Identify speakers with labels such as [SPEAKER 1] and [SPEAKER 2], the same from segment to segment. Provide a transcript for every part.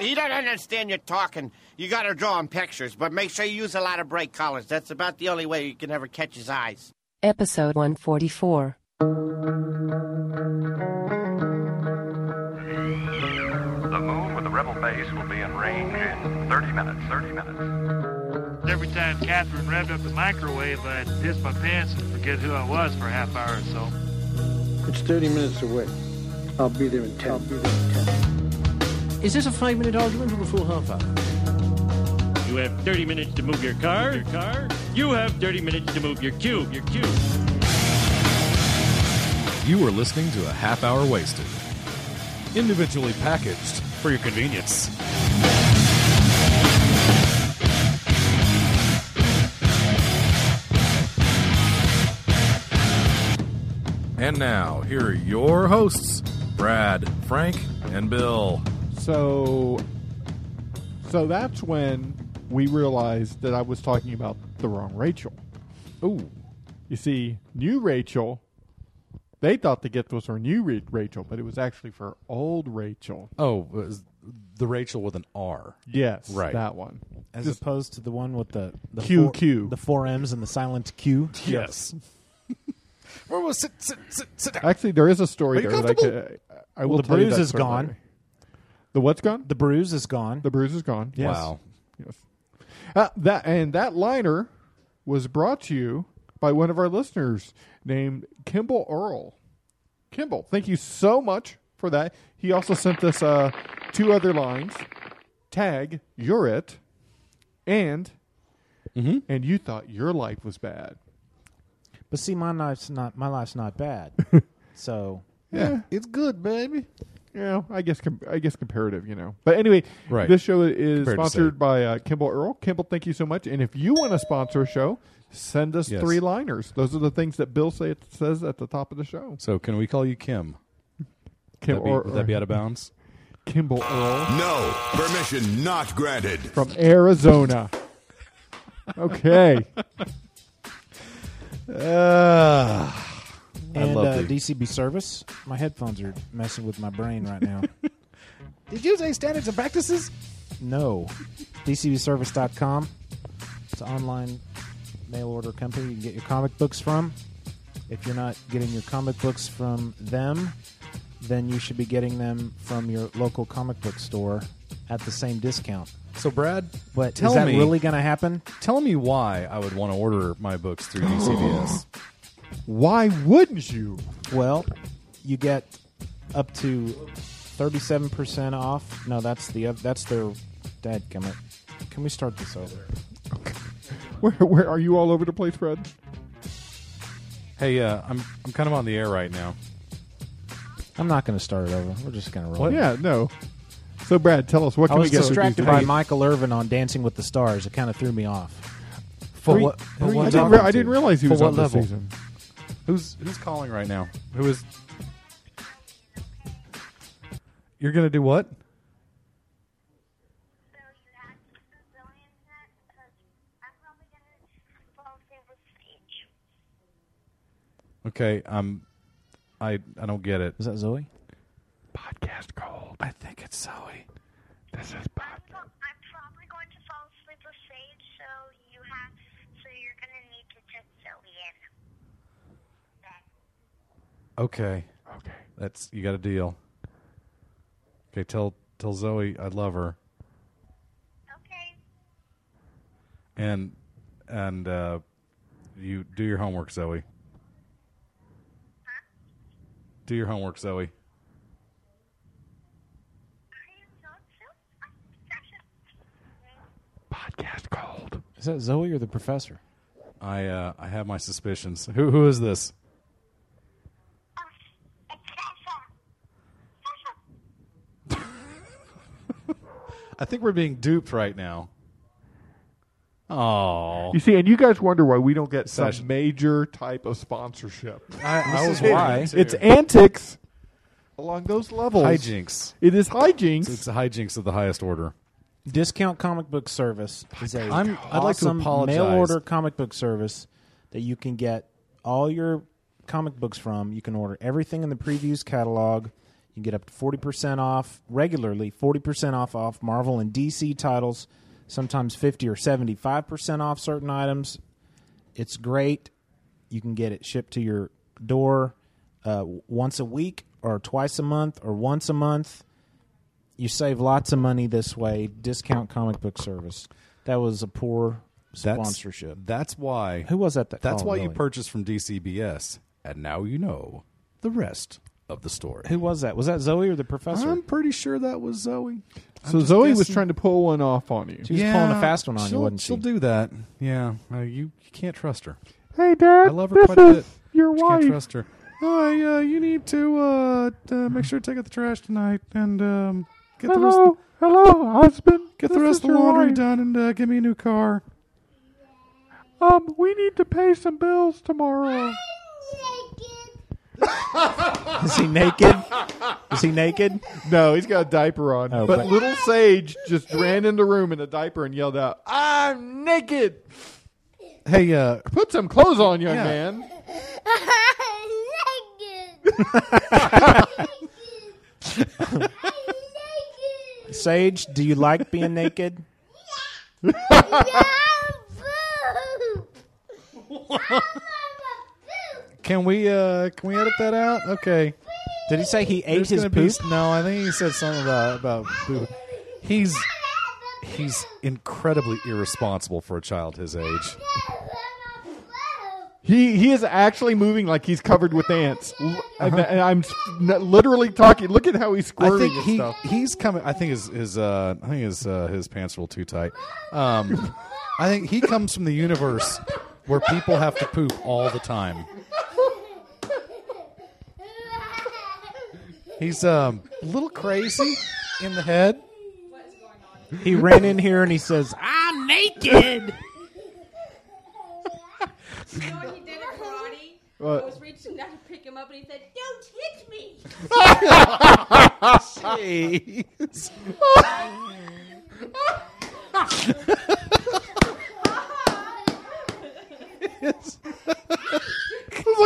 [SPEAKER 1] You don't understand your talking. You got to draw him pictures, but make sure you use a lot of bright colors. That's about the only way you can ever catch his eyes.
[SPEAKER 2] Episode 144.
[SPEAKER 3] The moon with the rebel base will be in range in 30 minutes. 30 minutes.
[SPEAKER 4] Every time Catherine revved up the microwave, I'd piss my pants and forget who I was for a half hour or so.
[SPEAKER 5] It's 30 minutes away. I'll be there in 10. I'll be there in 10.
[SPEAKER 6] Is this a five minute argument or a full half hour?
[SPEAKER 7] You have 30 minutes to move your car. Your car. You have 30 minutes to move your cube. Your cube.
[SPEAKER 8] You are listening to a half hour wasted, individually packaged for your convenience. And now, here are your hosts, Brad, Frank, and Bill.
[SPEAKER 9] So, so that's when we realized that I was talking about the wrong Rachel. Ooh, you see, new Rachel. They thought the gift was for new Ra- Rachel, but it was actually for old Rachel.
[SPEAKER 8] Oh, it was the Rachel with an R.
[SPEAKER 9] Yes,
[SPEAKER 8] Right.
[SPEAKER 9] that one.
[SPEAKER 10] as
[SPEAKER 9] Just-
[SPEAKER 10] opposed to the one with the, the
[SPEAKER 9] Q,
[SPEAKER 10] four,
[SPEAKER 9] Q.
[SPEAKER 10] the four M's and the silent Q.
[SPEAKER 8] Yes. Where was sit sit sit sit down?
[SPEAKER 9] Actually, there is a story
[SPEAKER 8] Are you
[SPEAKER 9] there. that I
[SPEAKER 8] comfortable?
[SPEAKER 9] could- uh, I will
[SPEAKER 10] the
[SPEAKER 9] tell you
[SPEAKER 10] bruise
[SPEAKER 9] that
[SPEAKER 10] is
[SPEAKER 9] story
[SPEAKER 10] gone.
[SPEAKER 9] later. The what's gone?
[SPEAKER 10] The bruise is gone.
[SPEAKER 9] The bruise is gone.
[SPEAKER 10] Yes.
[SPEAKER 8] Wow.
[SPEAKER 9] Yes. Uh, that and that liner was brought to you by one of our listeners named Kimball Earl. Kimball, thank you so much for that. He also sent us uh, two other lines: "Tag you're it," and "and you thought your life was bad."
[SPEAKER 10] but see, my life's not my life's not bad. so
[SPEAKER 9] Yeah,
[SPEAKER 10] it's good, baby.
[SPEAKER 9] you know, I guess com- I guess comparative, you know. But anyway,
[SPEAKER 8] Right.
[SPEAKER 9] this show is
[SPEAKER 8] Compared to
[SPEAKER 9] sponsored by uh, Kimball Earl. Kimball, thank you so much. And if you want to sponsor a show, send us
[SPEAKER 8] Yes.
[SPEAKER 9] three liners. Those are the things that Bill say, says at the top of the show.
[SPEAKER 8] So can we call you Kim?
[SPEAKER 9] Kim
[SPEAKER 8] Would that be,
[SPEAKER 9] or-
[SPEAKER 8] would that be out of bounds?
[SPEAKER 9] Kimball Earl
[SPEAKER 11] No, permission not granted.
[SPEAKER 9] from Arizona. okay.
[SPEAKER 8] Uh,
[SPEAKER 10] And
[SPEAKER 8] love
[SPEAKER 10] uh,
[SPEAKER 8] the-
[SPEAKER 10] DCB service. My headphones are messing with my brain right now. Did you say standards and practices? No. DCBService.com. It's an online mail order company you can get your comic books from. If you're not getting your comic books from them, then you should be getting them from your local comic book store at the same discount.
[SPEAKER 8] so Brad,
[SPEAKER 10] But
[SPEAKER 8] tell
[SPEAKER 10] is that
[SPEAKER 8] me,
[SPEAKER 10] really going to happen?
[SPEAKER 8] tell me why I would want to order my books through DCBS.
[SPEAKER 9] Why wouldn't you?
[SPEAKER 10] Well, you get up to thirty-seven percent off. No, that's the oth- that's their dad. Come Can we start this over?
[SPEAKER 9] Where, where are you all over the place, Fred?
[SPEAKER 8] hey, uh, I'm I'm kind of on the air right now.
[SPEAKER 10] I'm not going to start it over. We're just going to roll. it.
[SPEAKER 9] Yeah, no. So, Brad, tell us what
[SPEAKER 10] I
[SPEAKER 9] can
[SPEAKER 10] was
[SPEAKER 9] we get?
[SPEAKER 10] distracted
[SPEAKER 9] for
[SPEAKER 10] by
[SPEAKER 9] these-
[SPEAKER 10] Michael Irvin on Dancing with the Stars. It kind of threw me off.
[SPEAKER 8] For
[SPEAKER 10] Who-
[SPEAKER 8] what?
[SPEAKER 10] who
[SPEAKER 8] for
[SPEAKER 10] are you
[SPEAKER 8] what
[SPEAKER 9] I didn't,
[SPEAKER 10] talking
[SPEAKER 9] re-
[SPEAKER 8] level?
[SPEAKER 9] I didn't realize he
[SPEAKER 8] For
[SPEAKER 9] was
[SPEAKER 8] what
[SPEAKER 9] on this
[SPEAKER 8] level?
[SPEAKER 9] season.
[SPEAKER 8] Who's who's calling right now? Who is? You're gonna do what? Okay, um, I I don't get it.
[SPEAKER 10] Is that Zoe?
[SPEAKER 8] Podcast cold. I think it's Zoe. This is podcast.
[SPEAKER 12] I'm probably going to fall asleep with Sage, so you have, so you're gonna need to text Zoe in.
[SPEAKER 8] Okay. Okay. That's you got a deal. Okay, tell tell Zoe I love her
[SPEAKER 12] Okay.
[SPEAKER 8] and and uh, you do your homework, Zoe. Do your homework, Zoe.
[SPEAKER 12] I am not so
[SPEAKER 8] Podcast cold.
[SPEAKER 10] Is that Zoe or the professor?
[SPEAKER 8] I uh, I have my suspicions. Who who is this? I think we're being duped right now. Oh,
[SPEAKER 9] You see, and you guys wonder why we don't get some
[SPEAKER 8] Session.
[SPEAKER 9] major type of sponsorship.
[SPEAKER 8] I, I was
[SPEAKER 9] It-
[SPEAKER 8] why
[SPEAKER 9] It's antics along those levels.
[SPEAKER 8] hijinks.
[SPEAKER 9] It is hijinks.
[SPEAKER 8] It's hijinks of the highest order.
[SPEAKER 10] Discount Comic Book Service is a
[SPEAKER 8] I'm- I'd like to
[SPEAKER 10] awesome
[SPEAKER 8] apologize.
[SPEAKER 10] mail order comic book service that you can get all your comic books from. You can order everything in the previews catalog. You can get up to 40% off regularly, 40% off off Marvel and DC titles, sometimes 50 or 75% off certain items. It's great. You can get it shipped to your door uh, w- once a week or twice a month or once a month. You save lots of money this way. Discount comic book service. That was a poor sponsorship.
[SPEAKER 8] That's, why.
[SPEAKER 10] Who was that? that
[SPEAKER 8] That's
[SPEAKER 10] called,
[SPEAKER 8] why you
[SPEAKER 10] really?
[SPEAKER 8] purchased from DCBS, and now you know the rest of the story.
[SPEAKER 10] Who was that? Was that Zoe or the professor?
[SPEAKER 8] I'm pretty sure that was Zoe.
[SPEAKER 9] So Zoe was trying to pull one off on you.
[SPEAKER 10] She was pulling a fast one on you,
[SPEAKER 8] she'll-
[SPEAKER 10] wasn't she?
[SPEAKER 8] she'll do that. Yeah, uh, you, you can't trust her.
[SPEAKER 9] Hey, Dad.
[SPEAKER 8] I love her
[SPEAKER 9] this
[SPEAKER 8] quite a
[SPEAKER 9] is
[SPEAKER 8] bit.
[SPEAKER 9] Your
[SPEAKER 8] You can't
[SPEAKER 9] wife.
[SPEAKER 8] trust her. Oh, uh, you need to uh, t- uh, make sure to take out the trash tonight and um, get the rest. Of
[SPEAKER 9] Hello, hello, husband.
[SPEAKER 8] Get the
[SPEAKER 9] This
[SPEAKER 8] rest
[SPEAKER 9] is
[SPEAKER 8] of the
[SPEAKER 9] your
[SPEAKER 8] laundry
[SPEAKER 9] wife.
[SPEAKER 8] done and uh, give me a new car.
[SPEAKER 9] Um, we need to pay some bills tomorrow.
[SPEAKER 10] Is he naked? Is he naked?
[SPEAKER 9] No, he's got a diaper on.
[SPEAKER 10] Oh,
[SPEAKER 9] but
[SPEAKER 10] but-
[SPEAKER 9] little Sage just ran in the room in a diaper and yelled out, "I'm naked!
[SPEAKER 8] Hey, uh,
[SPEAKER 9] Put some clothes on, young
[SPEAKER 8] Yeah.
[SPEAKER 9] man."
[SPEAKER 10] Sage, do you like being naked?
[SPEAKER 8] can we uh, can we edit that out? Okay.
[SPEAKER 10] Did he say he ate
[SPEAKER 8] There's
[SPEAKER 10] his
[SPEAKER 8] gonna
[SPEAKER 10] poop?
[SPEAKER 8] be s- no, I think he said something about about boo. He's he's incredibly irresponsible for a child his age.
[SPEAKER 9] He he is actually moving like he's covered with ants. L- and-
[SPEAKER 10] Uh-huh.
[SPEAKER 9] and I'm s- n- literally talking. Look at how he's
[SPEAKER 8] I
[SPEAKER 9] squirting
[SPEAKER 8] think
[SPEAKER 9] and
[SPEAKER 8] he,
[SPEAKER 9] stuff.
[SPEAKER 8] he's coming. I think his his uh, I think his uh, his pants are a little too tight. Um, I think he comes from the universe where people have to poop all the time. He's um, a little crazy in the head.
[SPEAKER 10] He ran in here and he says,
[SPEAKER 8] "Ah,
[SPEAKER 10] "I'm naked."
[SPEAKER 13] You know what he did at karate?
[SPEAKER 9] What?
[SPEAKER 13] I was reaching down to pick him up, and he said, "Don't hit me."
[SPEAKER 8] Jeez.
[SPEAKER 9] It's like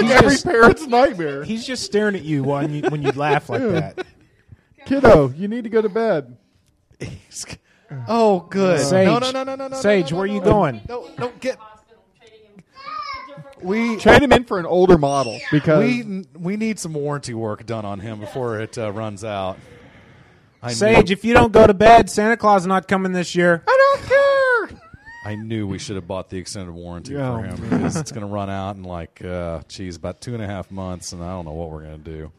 [SPEAKER 10] He's
[SPEAKER 9] every
[SPEAKER 10] just-
[SPEAKER 9] parent's nightmare.
[SPEAKER 10] He's just staring at you when you when you laugh like
[SPEAKER 9] Yeah.
[SPEAKER 10] that.
[SPEAKER 9] Kiddo, you need to go to bed.
[SPEAKER 8] Oh, good.
[SPEAKER 10] Sage,
[SPEAKER 8] no, no, no, no, no, no.
[SPEAKER 10] Sage,
[SPEAKER 8] no, no,
[SPEAKER 10] where are you
[SPEAKER 8] no,
[SPEAKER 10] going?
[SPEAKER 8] No, no, get. We
[SPEAKER 9] Trade him in for an older model because
[SPEAKER 8] we we need some warranty work done on him before it uh, runs out. I
[SPEAKER 10] Sage,
[SPEAKER 8] knew,
[SPEAKER 10] if you don't go to bed, Santa Claus is not coming this year.
[SPEAKER 9] I don't care.
[SPEAKER 8] I knew we should have bought the extended warranty
[SPEAKER 9] Oh,
[SPEAKER 8] for him because it's going to run out in like, uh, geez, about two and a half months, and I don't know what we're going to do.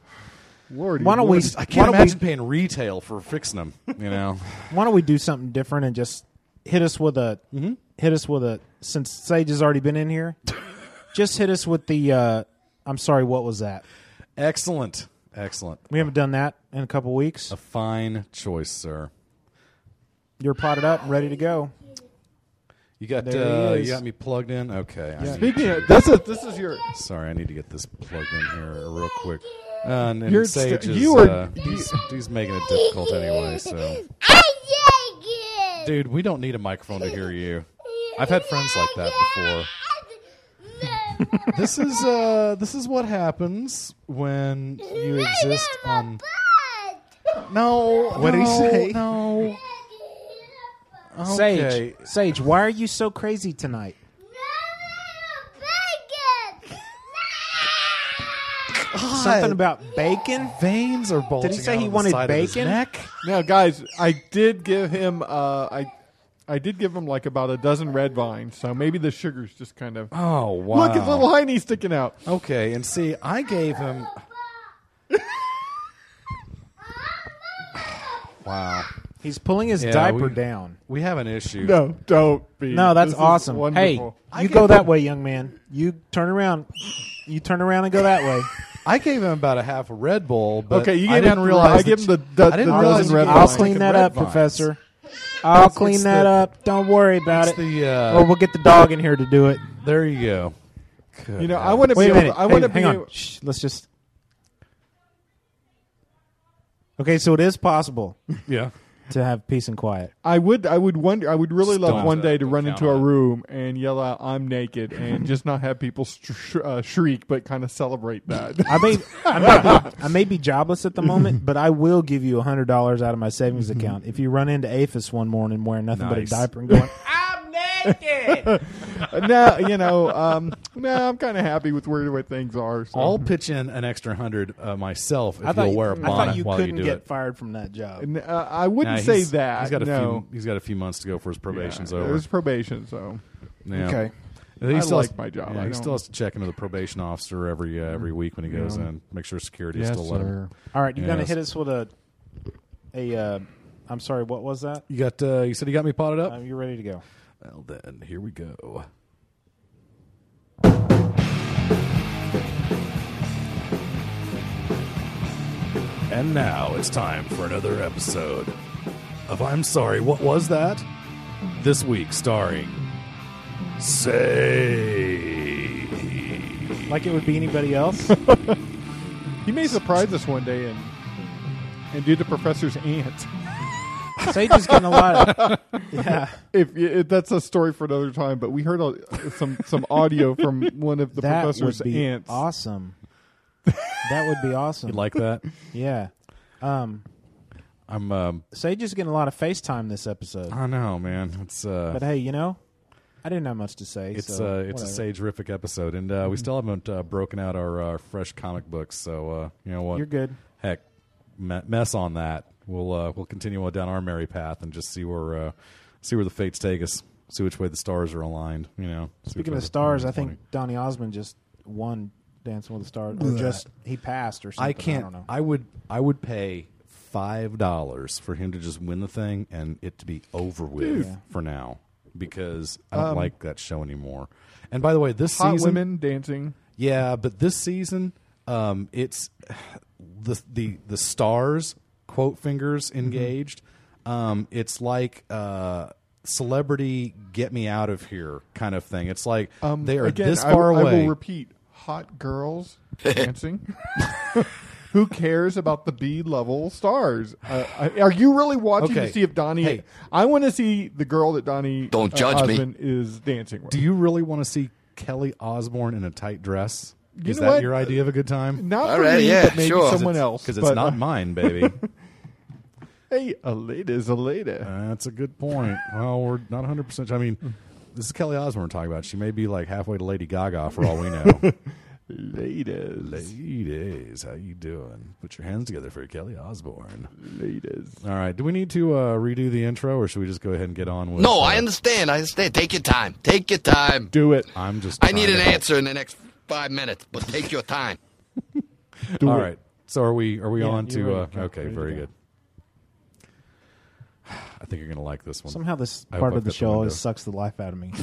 [SPEAKER 9] Lordy,
[SPEAKER 10] Why don't we?
[SPEAKER 9] lordy.
[SPEAKER 8] I
[SPEAKER 10] why
[SPEAKER 8] can't
[SPEAKER 10] don't
[SPEAKER 8] imagine
[SPEAKER 10] we?
[SPEAKER 8] paying retail for fixing them. You know,
[SPEAKER 10] Why don't we do something different and just hit us with a
[SPEAKER 8] Mm-hmm.
[SPEAKER 10] hit us with a since Sage has already been in here, just hit us with the. Uh, I'm sorry, what was that?
[SPEAKER 8] excellent, excellent,
[SPEAKER 10] We haven't done that in a couple weeks.
[SPEAKER 8] a fine choice, sir.
[SPEAKER 10] You're potted up, and ready to go.
[SPEAKER 8] You got
[SPEAKER 10] There he
[SPEAKER 8] uh,
[SPEAKER 10] is.
[SPEAKER 8] you got me plugged in. Okay, I need
[SPEAKER 9] Speaking of this is this is your
[SPEAKER 8] Sorry, I need to get this plugged in here real quick. Uh, and and
[SPEAKER 9] You're
[SPEAKER 8] Sage
[SPEAKER 9] st-
[SPEAKER 8] is,
[SPEAKER 9] you are-
[SPEAKER 8] uh, he's, he's making it difficult anyway. So, dude, we don't need a microphone to hear you. I've had friends like that before. this is uh, this is what happens when you exist on. No,
[SPEAKER 10] What'd he
[SPEAKER 8] no,
[SPEAKER 10] say?
[SPEAKER 8] No. Okay.
[SPEAKER 10] Sage, Sage, why are you so crazy tonight? Something about bacon.
[SPEAKER 8] Veins are bulging.
[SPEAKER 10] say
[SPEAKER 8] out
[SPEAKER 10] he
[SPEAKER 8] on the
[SPEAKER 10] wanted
[SPEAKER 8] side of his
[SPEAKER 10] bacon?
[SPEAKER 8] neck?
[SPEAKER 9] now, guys. I did give him uh, I I did give him like about a dozen red vines, so maybe the sugar's just kind of
[SPEAKER 8] Oh wow!
[SPEAKER 9] look. His little hiney sticking out.
[SPEAKER 8] Okay, and see, I gave him. wow,
[SPEAKER 10] He's pulling his
[SPEAKER 8] Yeah,
[SPEAKER 10] diaper
[SPEAKER 8] we-
[SPEAKER 10] down.
[SPEAKER 8] we have an issue.
[SPEAKER 9] No, don't be.
[SPEAKER 10] No, that's
[SPEAKER 9] This is
[SPEAKER 10] awesome. Hey,
[SPEAKER 9] Wonderful.
[SPEAKER 10] you go that way, young man. You turn around. You turn around and go that way.
[SPEAKER 8] I gave him about a half a Red Bull, but
[SPEAKER 9] Okay, you
[SPEAKER 8] I
[SPEAKER 9] gave
[SPEAKER 8] didn't
[SPEAKER 9] him-
[SPEAKER 8] realize.
[SPEAKER 9] I gave him
[SPEAKER 8] that-
[SPEAKER 9] the do-
[SPEAKER 8] I didn't
[SPEAKER 9] the
[SPEAKER 8] realize
[SPEAKER 9] dozen
[SPEAKER 8] you
[SPEAKER 9] red
[SPEAKER 8] could
[SPEAKER 10] I'll
[SPEAKER 9] vines.
[SPEAKER 8] stick
[SPEAKER 10] clean
[SPEAKER 8] in
[SPEAKER 10] that
[SPEAKER 8] red
[SPEAKER 10] up,
[SPEAKER 8] vines.
[SPEAKER 10] Professor. I'll
[SPEAKER 8] It's-
[SPEAKER 10] clean
[SPEAKER 8] it's
[SPEAKER 10] that
[SPEAKER 8] the-
[SPEAKER 10] up. Don't worry about
[SPEAKER 8] It's
[SPEAKER 10] it.
[SPEAKER 8] the uh,
[SPEAKER 10] or we'll get the dog in here to do it.
[SPEAKER 8] there you go. Good
[SPEAKER 9] you know, I
[SPEAKER 8] heavens.
[SPEAKER 9] want to be.
[SPEAKER 10] Wait a
[SPEAKER 9] able-
[SPEAKER 10] minute.
[SPEAKER 9] I want to
[SPEAKER 10] Hey,
[SPEAKER 9] be.
[SPEAKER 10] hang on. Shh, let's just. Okay, so it is possible.
[SPEAKER 8] Yeah.
[SPEAKER 10] to have peace and quiet.
[SPEAKER 9] I would, I would wonder, I would really
[SPEAKER 10] Just
[SPEAKER 9] love
[SPEAKER 10] don't-
[SPEAKER 9] one day to
[SPEAKER 10] don't
[SPEAKER 9] run
[SPEAKER 10] count
[SPEAKER 9] into a
[SPEAKER 10] on it.
[SPEAKER 9] room and yell out, "I'm naked," and just not have people sh- sh- uh, shriek, but kind of celebrate that.
[SPEAKER 10] I may, I may, be, I may be jobless at the moment, but I will give you hundred dollars out of my savings
[SPEAKER 9] Mm-hmm.
[SPEAKER 10] account if you run into Aphis one morning wearing nothing but a
[SPEAKER 9] Nice.
[SPEAKER 10] diaper and going,
[SPEAKER 9] no, you know, um, no, I'm kind of happy with where the way things are. So.
[SPEAKER 8] I'll pitch in an extra hundred uh, myself if
[SPEAKER 9] I thought
[SPEAKER 8] you'll
[SPEAKER 9] you-
[SPEAKER 8] wear a
[SPEAKER 9] I thought
[SPEAKER 8] bonnet
[SPEAKER 10] you
[SPEAKER 8] while
[SPEAKER 10] couldn't
[SPEAKER 8] you do
[SPEAKER 10] get
[SPEAKER 8] it.
[SPEAKER 10] fired from that job.
[SPEAKER 9] N- uh, I wouldn't
[SPEAKER 8] Nah,
[SPEAKER 9] say
[SPEAKER 8] he's-
[SPEAKER 9] that.
[SPEAKER 8] He's got a
[SPEAKER 9] no.
[SPEAKER 8] few. He's got a few months to go before his probation's over.
[SPEAKER 9] It was probation, so
[SPEAKER 8] Yeah.
[SPEAKER 9] I
[SPEAKER 8] He still
[SPEAKER 9] like
[SPEAKER 8] has-
[SPEAKER 9] my job.
[SPEAKER 8] Yeah,
[SPEAKER 9] I
[SPEAKER 8] he
[SPEAKER 9] don't- Mm-hmm.
[SPEAKER 8] still has to check into the probation officer every uh, every week when he goes
[SPEAKER 10] Yeah.
[SPEAKER 8] in, make sure security
[SPEAKER 9] Yes,
[SPEAKER 8] is still let
[SPEAKER 9] sir.
[SPEAKER 8] him.
[SPEAKER 10] "All right, you're gonna
[SPEAKER 8] Yes.
[SPEAKER 10] hit us with a, a, uh, I'm sorry, what was that?
[SPEAKER 8] You got. Uh, you said he got me potted up.
[SPEAKER 10] Um, you're ready to go.
[SPEAKER 8] Well then, here we go. And now it's time for another episode of I'm Sorry, What Was That? This week starring Say.
[SPEAKER 10] Like it would be anybody else?
[SPEAKER 9] He may surprise us one day and and do the professor's aunt.
[SPEAKER 10] Sage is getting a lot. Of, yeah,
[SPEAKER 9] If, if that's a story for another time, but we heard a, some some audio from one of the
[SPEAKER 10] that
[SPEAKER 9] professor's
[SPEAKER 10] would be
[SPEAKER 9] aunts.
[SPEAKER 10] awesome. That would be awesome.
[SPEAKER 8] You'd like that?
[SPEAKER 10] Yeah. Um,
[SPEAKER 8] I'm. Um,
[SPEAKER 10] Sage is getting a lot of FaceTime this episode.
[SPEAKER 8] I know, man. It's. Uh,
[SPEAKER 10] But hey, you know, I didn't have much to say.
[SPEAKER 8] It's
[SPEAKER 10] so
[SPEAKER 8] uh, it's
[SPEAKER 10] whatever. Mm-hmm.
[SPEAKER 8] a sagerific episode, and uh, we still haven't uh, broken out our uh, fresh comic books. So uh, you know what?
[SPEAKER 10] You're good.
[SPEAKER 8] Heck, me- mess on that. We'll uh, we'll continue on down our merry path and just see where uh, see where the fates take us. See which way the stars are aligned. You know. see which
[SPEAKER 10] Speaking
[SPEAKER 8] way
[SPEAKER 10] of
[SPEAKER 8] the-
[SPEAKER 10] stars, I think Donny Osmond just won Dancing with the Stars, or
[SPEAKER 8] Ugh.
[SPEAKER 10] just he passed or something.
[SPEAKER 8] I can't. I,
[SPEAKER 10] don't know.
[SPEAKER 8] would I would pay five dollars for him to just win the thing and it to be over with
[SPEAKER 9] Dude.
[SPEAKER 8] for now because I don't
[SPEAKER 9] Um,
[SPEAKER 8] like that show anymore. And by the way, this
[SPEAKER 9] Hot
[SPEAKER 8] season
[SPEAKER 9] women dancing.
[SPEAKER 8] Yeah, but this season, um, it's the the the stars quote
[SPEAKER 9] Mm-hmm.
[SPEAKER 8] fingers engaged. Um, it's like uh, celebrity get me out of here kind of thing. It's like they are
[SPEAKER 9] Um, Again,
[SPEAKER 8] this
[SPEAKER 9] I-
[SPEAKER 8] far
[SPEAKER 9] I
[SPEAKER 8] away.
[SPEAKER 9] will repeat: hot girls dancing. Who cares about the B level stars? Uh, I- are you really watching
[SPEAKER 8] Okay.
[SPEAKER 9] to see if Donnie?
[SPEAKER 8] Hey.
[SPEAKER 9] I want to see the girl that Donnie
[SPEAKER 8] Don't
[SPEAKER 9] uh,
[SPEAKER 8] judge me.
[SPEAKER 9] Osmond is dancing with.
[SPEAKER 8] Do you really want to see Kelly Osborne in a tight dress?
[SPEAKER 9] You
[SPEAKER 8] Is
[SPEAKER 9] know
[SPEAKER 8] that
[SPEAKER 9] what?
[SPEAKER 8] your idea of a good time?
[SPEAKER 9] Not All for right, me, yeah, but maybe sure. someone else,
[SPEAKER 8] Because
[SPEAKER 9] but- uh,
[SPEAKER 8] it's not mine, baby.
[SPEAKER 9] Hey, a lady is a lady.
[SPEAKER 8] That's a good point. Well, we're not 100. percent I mean, this is Kelly Osbourne we're talking about. She may be like halfway to Lady Gaga for all we know.
[SPEAKER 9] Ladies,
[SPEAKER 8] ladies, how you doing? Put your hands together for Kelly Osbourne.
[SPEAKER 9] Ladies.
[SPEAKER 8] All right. Do we need to uh, redo the intro, or should we just go ahead and get on with?
[SPEAKER 14] No, I
[SPEAKER 8] uh,
[SPEAKER 14] understand. I understand. Take your time. Take your time.
[SPEAKER 9] Do it.
[SPEAKER 8] I'm just.
[SPEAKER 14] I need
[SPEAKER 8] trying
[SPEAKER 14] an
[SPEAKER 8] to help.
[SPEAKER 14] answer in the next five minutes, but take your time.
[SPEAKER 9] Do
[SPEAKER 8] All
[SPEAKER 9] it.
[SPEAKER 8] right. So are we? Are we
[SPEAKER 9] Yeah,
[SPEAKER 8] on
[SPEAKER 9] you're
[SPEAKER 8] to? Uh,
[SPEAKER 9] ready to go.
[SPEAKER 8] okay,
[SPEAKER 9] Ready to
[SPEAKER 8] very
[SPEAKER 9] go.
[SPEAKER 8] good. I think you're gonna like this one.
[SPEAKER 10] Somehow this
[SPEAKER 8] I hope
[SPEAKER 10] part
[SPEAKER 8] I've
[SPEAKER 10] of the
[SPEAKER 8] got
[SPEAKER 10] show
[SPEAKER 8] window.
[SPEAKER 10] always sucks the life out of me.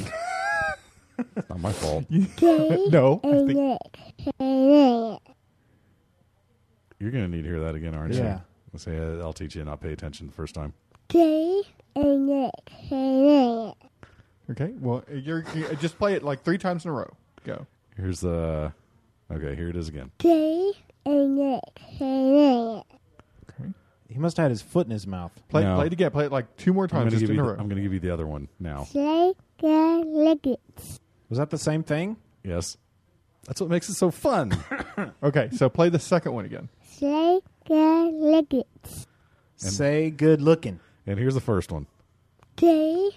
[SPEAKER 8] It's not my fault.
[SPEAKER 9] no, I
[SPEAKER 12] think...
[SPEAKER 8] You're gonna need to hear that again, aren't you?
[SPEAKER 12] Yeah.
[SPEAKER 8] Let's say uh, I'll teach you and I'll pay attention the first time.
[SPEAKER 9] Okay, well, you're, you just play it like three times in a row. Go.
[SPEAKER 8] Here's the. Okay, here it is again.
[SPEAKER 10] He must have had his foot in his mouth.
[SPEAKER 8] Play- No. play it
[SPEAKER 9] again. Play it like two more
[SPEAKER 8] I'm gonna give you the- I'm going to give you the other one now.
[SPEAKER 10] Was that the same thing?
[SPEAKER 8] Yes. That's what makes it so fun.
[SPEAKER 9] okay, so play the second one again.
[SPEAKER 10] Say good looking.
[SPEAKER 8] And here's the first one.
[SPEAKER 9] And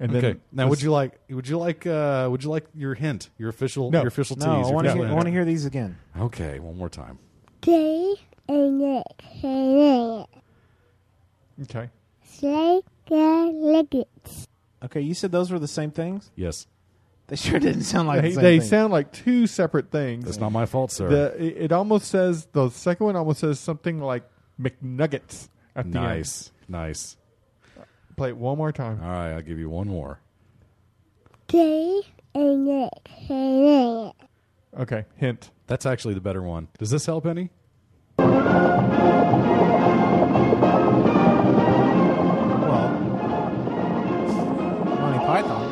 [SPEAKER 8] okay.
[SPEAKER 9] then
[SPEAKER 8] now,
[SPEAKER 9] this-
[SPEAKER 8] would you like? Would you like? Uh, would you like your hint? Your official?
[SPEAKER 9] No.
[SPEAKER 8] Your official
[SPEAKER 10] No,
[SPEAKER 8] tease?
[SPEAKER 10] I
[SPEAKER 8] your
[SPEAKER 10] wanna
[SPEAKER 8] official
[SPEAKER 10] hear- I
[SPEAKER 8] hint?
[SPEAKER 10] wanna hear these again.
[SPEAKER 8] Okay, one more time.
[SPEAKER 9] Okay.
[SPEAKER 10] Okay, you said those were the same things.
[SPEAKER 8] Yes.
[SPEAKER 10] They sure didn't sound like
[SPEAKER 9] they,
[SPEAKER 10] the same
[SPEAKER 9] they
[SPEAKER 10] thing.
[SPEAKER 9] sound like two separate things.
[SPEAKER 8] That's not my fault, sir.
[SPEAKER 9] The, it, it almost says the second one almost says something like McNuggets at the
[SPEAKER 8] nice, Uh, nice.
[SPEAKER 9] end. Play it one more time.
[SPEAKER 8] All right, I'll give you one more.
[SPEAKER 9] Okay, hint.
[SPEAKER 8] That's actually the better one. Does this help any?
[SPEAKER 10] Monty Python.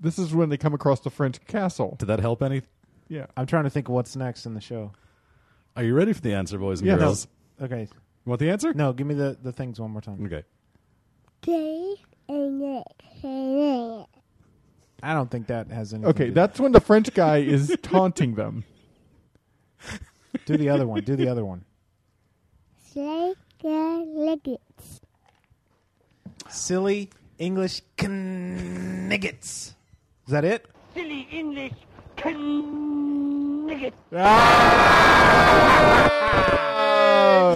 [SPEAKER 9] This is when they come across the French castle.
[SPEAKER 8] Did that help any?
[SPEAKER 9] Yeah.
[SPEAKER 10] I'm trying to think of what's next in the show.
[SPEAKER 8] Are you ready for the answer, boys and
[SPEAKER 10] Yeah, no.
[SPEAKER 8] girls?
[SPEAKER 10] Okay.
[SPEAKER 8] You want the answer?
[SPEAKER 10] No, give me the, the things one more time.
[SPEAKER 8] Okay.
[SPEAKER 12] Day and night, and night.
[SPEAKER 10] I don't think that has anything
[SPEAKER 9] Okay,
[SPEAKER 10] to
[SPEAKER 9] that's when the French guy is taunting them.
[SPEAKER 10] do the other one. Do the other one.
[SPEAKER 12] Say the nuggets.
[SPEAKER 10] Silly English kniggets. Is that it?
[SPEAKER 12] Silly English nuggets.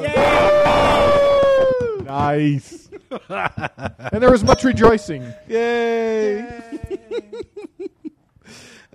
[SPEAKER 9] Uh, Nice. and there was much rejoicing.
[SPEAKER 8] Yay!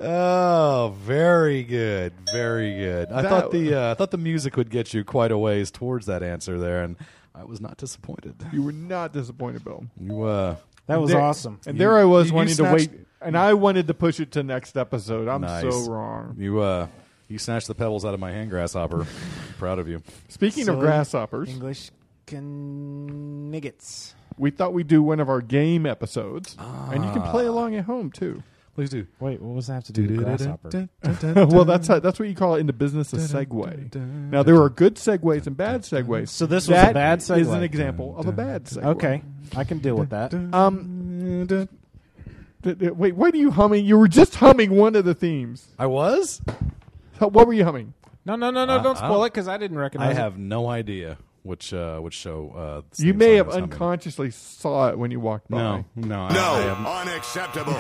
[SPEAKER 8] Oh, very good, very good. I
[SPEAKER 9] That-
[SPEAKER 8] thought the uh, I thought the music would get you quite a ways towards that answer there, and I was not disappointed.
[SPEAKER 9] You were not disappointed, Bill.
[SPEAKER 8] You uh,
[SPEAKER 9] And there- And there I was wanting to wait, and I wanted to push it to next episode. I'm
[SPEAKER 8] Nice.
[SPEAKER 9] so wrong.
[SPEAKER 8] You uh, you snatched the pebbles out of my hand, grasshopper. Proud of you.
[SPEAKER 9] Speaking of
[SPEAKER 10] Silly
[SPEAKER 9] grasshoppers,
[SPEAKER 10] English kniggets.
[SPEAKER 9] we thought we'd do one of our game episodes, and you can play
[SPEAKER 10] Ah.
[SPEAKER 9] along at home too.
[SPEAKER 8] Please do.
[SPEAKER 10] Wait, what was that have to do with grasshopper?
[SPEAKER 9] well, that's how, that's what you call it in the business a segue. Now there are good segues and bad segues.
[SPEAKER 10] So this was a
[SPEAKER 9] That
[SPEAKER 10] bad
[SPEAKER 9] Is
[SPEAKER 10] segue.
[SPEAKER 9] an example of a bad segue.
[SPEAKER 10] Okay, I can deal with that.
[SPEAKER 9] Um, d- d- wait, why do you humming? You were just humming one of the themes.
[SPEAKER 8] I was.
[SPEAKER 9] What were you humming?
[SPEAKER 10] No, no, no, no!
[SPEAKER 8] I-
[SPEAKER 10] don't
[SPEAKER 8] I
[SPEAKER 10] spoil it because I didn't recognize
[SPEAKER 8] I
[SPEAKER 10] it.
[SPEAKER 8] have no idea which uh, which show. Uh, this
[SPEAKER 9] You
[SPEAKER 8] theme
[SPEAKER 9] may
[SPEAKER 8] song
[SPEAKER 9] have
[SPEAKER 8] was humming.
[SPEAKER 9] unconsciously saw it when you walked by.
[SPEAKER 8] No, no, I- I
[SPEAKER 11] No,
[SPEAKER 8] haven't.
[SPEAKER 11] unacceptable.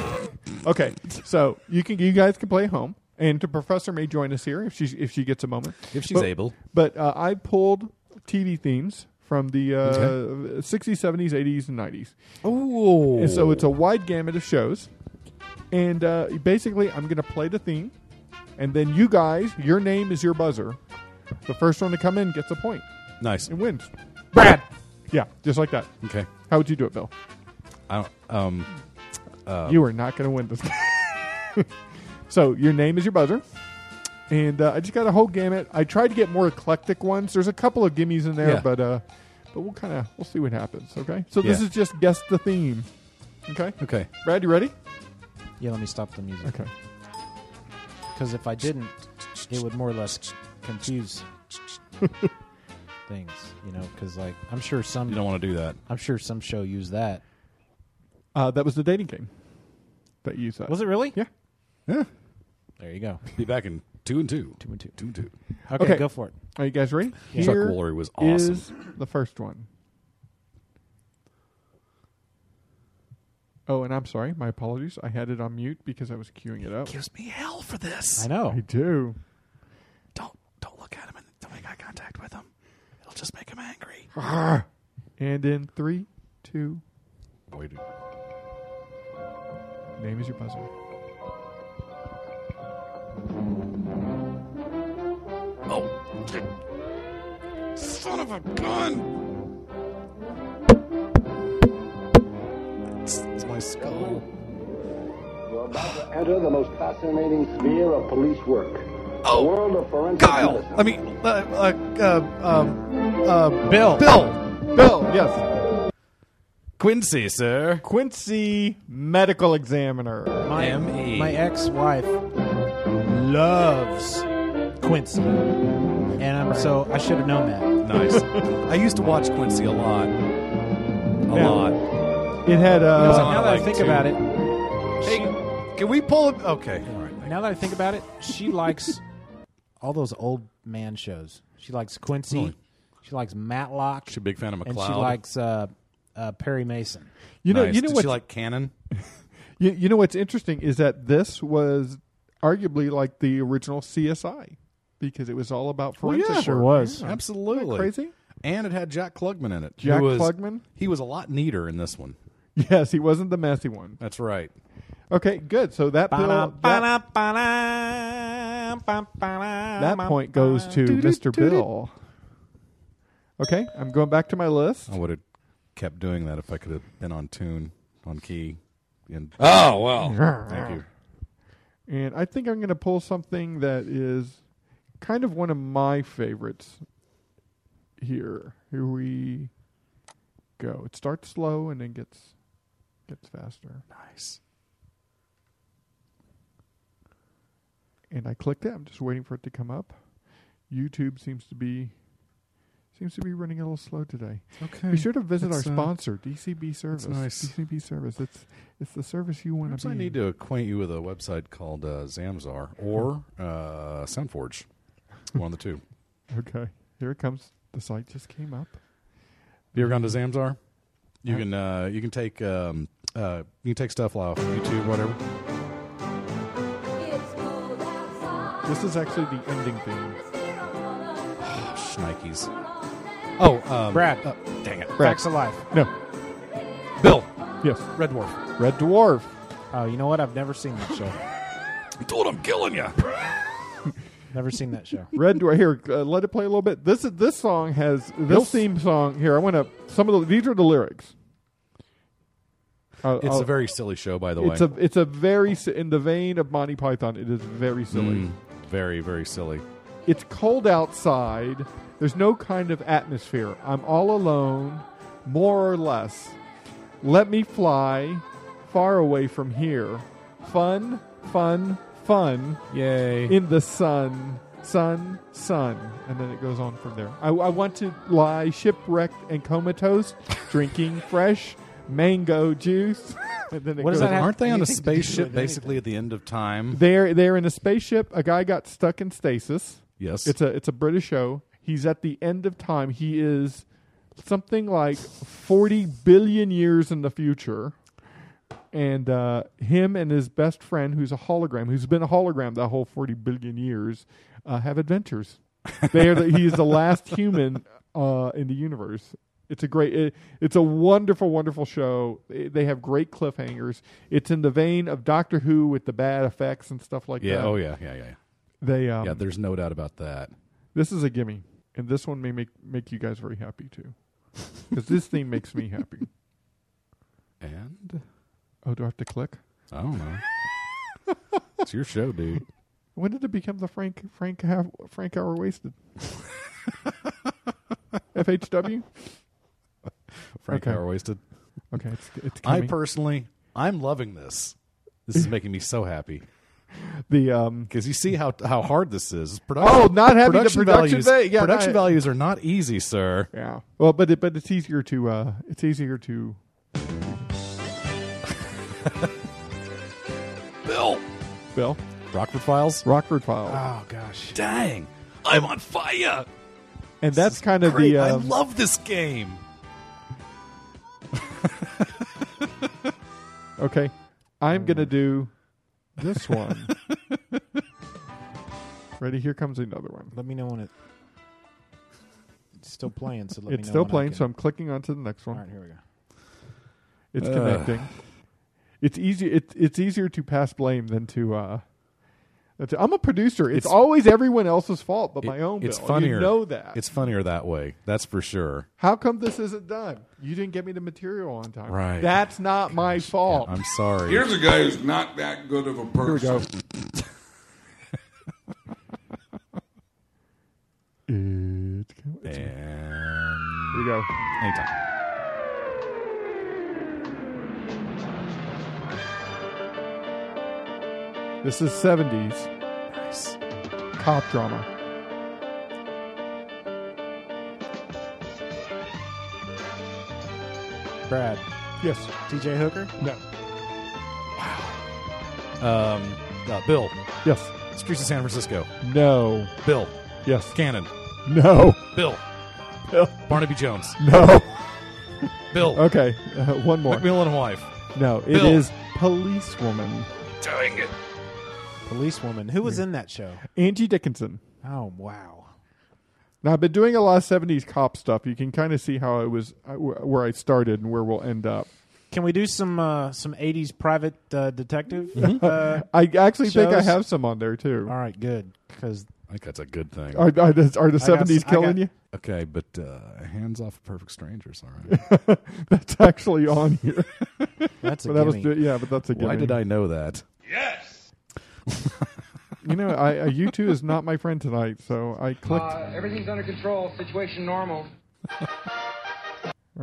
[SPEAKER 9] Okay, so you can you guys can play at home, and the professor may join us here if she if she gets a moment
[SPEAKER 8] If she's
[SPEAKER 9] But-
[SPEAKER 8] able.
[SPEAKER 9] But uh, I pulled TV themes from the uh,
[SPEAKER 8] Okay.
[SPEAKER 9] 60s, 70s, 80s, and 90s.
[SPEAKER 8] Ooh.
[SPEAKER 9] And so it's a wide gamut of shows, and uh, basically I'm going to play the theme, and then you guys, your name is your buzzer. The first one to come in gets a point.
[SPEAKER 8] Nice.
[SPEAKER 9] and wins. Brad. Yeah, just like that.
[SPEAKER 8] Okay.
[SPEAKER 9] How would you do it, Bill?
[SPEAKER 8] I don't, um, uh,
[SPEAKER 9] you are not going to win this game. so your name is your buzzer. And uh, I just got a whole gamut. I tried to get more eclectic ones. There's a couple of gimmies in there,
[SPEAKER 8] Yeah.
[SPEAKER 9] but uh, but we'll kind of we'll see what happens. Okay. So this
[SPEAKER 8] Yeah.
[SPEAKER 9] is just guess the theme. Okay.
[SPEAKER 8] Okay.
[SPEAKER 9] Brad, you ready?
[SPEAKER 10] Yeah, let me stop the music.
[SPEAKER 9] Okay.
[SPEAKER 10] Because if I didn't, it would more or less confuse things. You know, because like I'm sure some
[SPEAKER 8] you don't want to do that.
[SPEAKER 10] I'm sure some show used that.
[SPEAKER 9] Uh, that was the dating game that you said.
[SPEAKER 10] Was it really?
[SPEAKER 9] Yeah.
[SPEAKER 8] Yeah.
[SPEAKER 10] There you go.
[SPEAKER 8] Be back in two and two.
[SPEAKER 10] Two and two.
[SPEAKER 8] Two and two.
[SPEAKER 10] Okay, go for it.
[SPEAKER 9] Are you guys ready?
[SPEAKER 8] Yeah. Chuck
[SPEAKER 9] Here
[SPEAKER 8] Woolery was awesome.
[SPEAKER 9] is the first one. Oh, and I'm sorry. My apologies. I had it on mute because I was queuing it up.
[SPEAKER 8] Gives me hell for this.
[SPEAKER 10] I know.
[SPEAKER 9] I do.
[SPEAKER 8] Don't don't look at him and don't make eye contact with him. It'll just make him angry.
[SPEAKER 9] and in three, two,
[SPEAKER 8] Wait.
[SPEAKER 9] name is your buzzer.
[SPEAKER 8] Oh. Son of a gun! It's, it's my skull.
[SPEAKER 15] We're about to enter the most fascinating sphere of police work.
[SPEAKER 8] Oh.
[SPEAKER 15] the world of forensic
[SPEAKER 8] Kyle.
[SPEAKER 15] medicine.
[SPEAKER 8] I mean, uh, uh, uh, um, uh,
[SPEAKER 10] Bill.
[SPEAKER 8] Bill.
[SPEAKER 9] Bill, yes.
[SPEAKER 8] Quincy, sir.
[SPEAKER 9] Quincy, medical examiner.
[SPEAKER 10] My
[SPEAKER 8] M.E..
[SPEAKER 10] my ex-wife loves Quincy, and I'm, so I should have known that. Uh,
[SPEAKER 8] Nice. I used to watch Quincy a lot. A
[SPEAKER 9] Now-
[SPEAKER 8] lot.
[SPEAKER 9] It had
[SPEAKER 8] It was
[SPEAKER 9] uh,
[SPEAKER 8] on
[SPEAKER 10] now
[SPEAKER 8] at,
[SPEAKER 10] that I
[SPEAKER 8] like,
[SPEAKER 10] think
[SPEAKER 8] two.
[SPEAKER 10] about it,
[SPEAKER 8] Hey, can we pull it? Okay. All right.
[SPEAKER 10] now that I think about it, she likes all those old man shows. She likes Quincy.
[SPEAKER 8] Really?
[SPEAKER 10] She likes Matlock.
[SPEAKER 8] She's a big fan of McLeod.
[SPEAKER 10] and she likes uh, uh, Perry Mason.
[SPEAKER 9] you know
[SPEAKER 8] Nice.
[SPEAKER 9] you know
[SPEAKER 8] Did
[SPEAKER 9] what
[SPEAKER 8] she like Cannon?
[SPEAKER 9] you, you know what's interesting is that this was arguably like the original CSI because it was all about forensic work.
[SPEAKER 10] was.
[SPEAKER 8] Absolutely.
[SPEAKER 9] Isn't that crazy?
[SPEAKER 8] And it had Jack Klugman in it. who
[SPEAKER 9] Jack
[SPEAKER 8] was-
[SPEAKER 9] Klugman?
[SPEAKER 8] He was a lot neater in this one.
[SPEAKER 9] Yes, he wasn't the messy one.
[SPEAKER 8] That's right.
[SPEAKER 9] Okay, good. So that bill, that, that
[SPEAKER 10] That
[SPEAKER 9] point goes to Mr. Bill. Okay, I'm going back to my list.
[SPEAKER 8] I would have kept doing that if I could have been on tune, on key. And oh well. Thank you.
[SPEAKER 9] And I think I'm going to pull something that is kind of one of my favorites here. Here we go. It starts slow and then gets gets faster.
[SPEAKER 8] Nice.
[SPEAKER 9] and I clicked it. I'm just waiting for it to come up. YouTube seems to be seems to be running a little slow today.
[SPEAKER 8] Okay.
[SPEAKER 9] Be sure to visit our
[SPEAKER 8] That's, uh,
[SPEAKER 9] sponsor, DCB Service.
[SPEAKER 8] nice.
[SPEAKER 9] DCB Service. It's it's the service you want
[SPEAKER 8] Perhaps
[SPEAKER 9] to be.
[SPEAKER 8] I need to acquaint you with a website called uh, Zamzar or uh, Soundforge. One of the two.
[SPEAKER 9] Okay. Here it comes. The site just came up.
[SPEAKER 8] Have you ever gone to Zamzar? You can uh, you can take um, uh, you can take stuff off YouTube, whatever.
[SPEAKER 9] This is actually the ending theme.
[SPEAKER 8] Schnikes. Oh, um,
[SPEAKER 10] Brad.
[SPEAKER 8] uh, dang it,
[SPEAKER 10] Brad. Facts of life.
[SPEAKER 9] No.
[SPEAKER 8] Bill.
[SPEAKER 9] Yes.
[SPEAKER 8] Red Dwarf.
[SPEAKER 9] Red Dwarf.
[SPEAKER 10] Oh, you know what? I've never seen that show.
[SPEAKER 8] I told him killing you.
[SPEAKER 10] never seen that show.
[SPEAKER 9] Red Dwarf. Here, uh, let it play a little bit. This is this song has this
[SPEAKER 10] Yes.
[SPEAKER 9] theme song. Here, I want to. Some of the these are the lyrics. Uh, I'll-
[SPEAKER 8] It's
[SPEAKER 9] I'll-
[SPEAKER 8] a very silly show, by the way.
[SPEAKER 9] It's a it's a very si- in the vein of Monty Python. It is very silly.
[SPEAKER 8] Mm, very very silly.
[SPEAKER 9] It's cold outside. There's no kind of atmosphere. I'm all alone, more or less. Let me fly far away from here. Fun, fun, fun.
[SPEAKER 8] Yay.
[SPEAKER 9] In the sun, sun, sun. And then it goes on from there. I, I want to lie shipwrecked and comatose, drinking fresh mango juice. And then it
[SPEAKER 10] What does
[SPEAKER 9] goes
[SPEAKER 10] that have
[SPEAKER 8] Aren't they on a
[SPEAKER 10] anything to do with
[SPEAKER 8] spaceship
[SPEAKER 10] anything?
[SPEAKER 8] basically at the end of time?
[SPEAKER 9] They're they're in a spaceship. A guy got stuck in stasis.
[SPEAKER 8] Yes.
[SPEAKER 9] It's a it's a British show. He's at the end of time. He is something like forty billion years in the future. And uh, him and his best friend, who's a hologram, who's been a hologram that whole forty billion years, uh, have adventures. They are the, he is the last human uh, in the universe. It's a great, it, it's a wonderful, wonderful show. They- they have great cliffhangers. It's in the vein of Doctor Who with the bad effects and stuff like
[SPEAKER 8] yeah.
[SPEAKER 9] that.
[SPEAKER 8] Oh yeah. Yeah. Yeah. yeah.
[SPEAKER 9] They um,
[SPEAKER 8] yeah. There's no doubt about that.
[SPEAKER 9] this is a gimme, and this one may make make you guys very happy too, because this theme makes me happy.
[SPEAKER 8] And
[SPEAKER 9] Oh, do I have to click?
[SPEAKER 8] I don't know. it's your show, dude.
[SPEAKER 9] When did it become the Frank Frank half, Frank hour wasted? FHW.
[SPEAKER 8] Frank
[SPEAKER 9] Okay.
[SPEAKER 8] Hour wasted.
[SPEAKER 9] Okay, it's it's
[SPEAKER 8] I
[SPEAKER 9] coming.
[SPEAKER 8] personally, I'm loving this. This is making me so happy
[SPEAKER 9] the um
[SPEAKER 8] because you see how how hard this is.
[SPEAKER 9] Oh, not having the production
[SPEAKER 8] values.
[SPEAKER 9] va- yeah,
[SPEAKER 8] production
[SPEAKER 9] I-
[SPEAKER 8] values are not easy, sir.
[SPEAKER 9] Yeah. Well, but it, but it's easier to uh, it's easier to
[SPEAKER 8] Bill.
[SPEAKER 9] Bill
[SPEAKER 8] Rockford Files.
[SPEAKER 9] Rockford Files,
[SPEAKER 8] Ah,
[SPEAKER 10] Oh gosh.
[SPEAKER 8] Dang, I'm on fire.
[SPEAKER 9] and that's kind of
[SPEAKER 8] Great,
[SPEAKER 9] the
[SPEAKER 8] I
[SPEAKER 9] um,
[SPEAKER 8] love this game.
[SPEAKER 9] okay.
[SPEAKER 8] Uh,
[SPEAKER 9] I'm gonna do this one. Ready? Here comes another one.
[SPEAKER 10] Let me know when it. It's still playing, so let me know.
[SPEAKER 9] It's still
[SPEAKER 10] when I
[SPEAKER 9] playing,
[SPEAKER 10] can-
[SPEAKER 9] so I'm clicking onto the next
[SPEAKER 10] All
[SPEAKER 9] one.
[SPEAKER 10] right, here we go.
[SPEAKER 9] It's
[SPEAKER 8] Ugh.
[SPEAKER 9] connecting. It's easy. It, it's easier to pass blame than to. Uh, than to- I'm a producer. It's,
[SPEAKER 8] It's-
[SPEAKER 9] always everyone else's fault, but
[SPEAKER 8] It-
[SPEAKER 9] my own.
[SPEAKER 8] It's
[SPEAKER 9] Bill.
[SPEAKER 8] funnier.
[SPEAKER 9] You know that.
[SPEAKER 8] It's funnier that way. That's for sure.
[SPEAKER 9] How come this isn't done? You didn't get me the material on time.
[SPEAKER 8] Right.
[SPEAKER 9] That's not my fault.
[SPEAKER 8] I'm sorry.
[SPEAKER 16] Here's a guy who's not that good of a
[SPEAKER 9] Here we
[SPEAKER 16] person.
[SPEAKER 9] go. It's go- it's-
[SPEAKER 8] And
[SPEAKER 9] Here we go.
[SPEAKER 8] anytime.
[SPEAKER 9] This is 70s
[SPEAKER 8] Nice.
[SPEAKER 9] cop drama.
[SPEAKER 10] Brad,
[SPEAKER 9] Yes.
[SPEAKER 10] TJ Hooker,
[SPEAKER 9] No.
[SPEAKER 8] Um, uh, Bill.
[SPEAKER 9] Yes.
[SPEAKER 8] Streets of San Francisco.
[SPEAKER 9] No.
[SPEAKER 8] Bill.
[SPEAKER 9] Yes.
[SPEAKER 8] Cannon.
[SPEAKER 9] No.
[SPEAKER 8] Bill.
[SPEAKER 9] Bill.
[SPEAKER 8] Barnaby Jones.
[SPEAKER 9] No.
[SPEAKER 8] Bill.
[SPEAKER 10] Oh,
[SPEAKER 9] Okay. Uh, one more.
[SPEAKER 8] McMillan and wife.
[SPEAKER 9] No. It
[SPEAKER 8] Bill.
[SPEAKER 9] is policewoman
[SPEAKER 8] Doing it.
[SPEAKER 10] policewoman. Who was in that show?
[SPEAKER 9] Angie Dickinson.
[SPEAKER 10] Oh wow.
[SPEAKER 9] Now I've been doing a lot of 70s cop stuff. You can kind of see how I was uh, wh- where I started and where we'll end up.
[SPEAKER 10] Can we do some uh, some '80s private uh, detective? Uh,
[SPEAKER 9] I actually think I
[SPEAKER 10] Shows?
[SPEAKER 9] have some on there too.
[SPEAKER 10] all right, good. Because
[SPEAKER 8] I think that's a good thing.
[SPEAKER 9] Are, are the, are the 70s
[SPEAKER 10] I
[SPEAKER 9] killing
[SPEAKER 10] got-
[SPEAKER 9] you?
[SPEAKER 8] Okay, but uh, hands off of perfect strangers. All right.
[SPEAKER 9] That's actually on here.
[SPEAKER 10] that's a
[SPEAKER 9] but that was
[SPEAKER 10] gimme.
[SPEAKER 9] yeah, but that's a
[SPEAKER 8] Why
[SPEAKER 9] gimme.
[SPEAKER 8] did I know that?
[SPEAKER 9] You know, I, I U2 is not my friend tonight, so I clicked.
[SPEAKER 17] everything's under control. Situation normal.
[SPEAKER 10] Uh,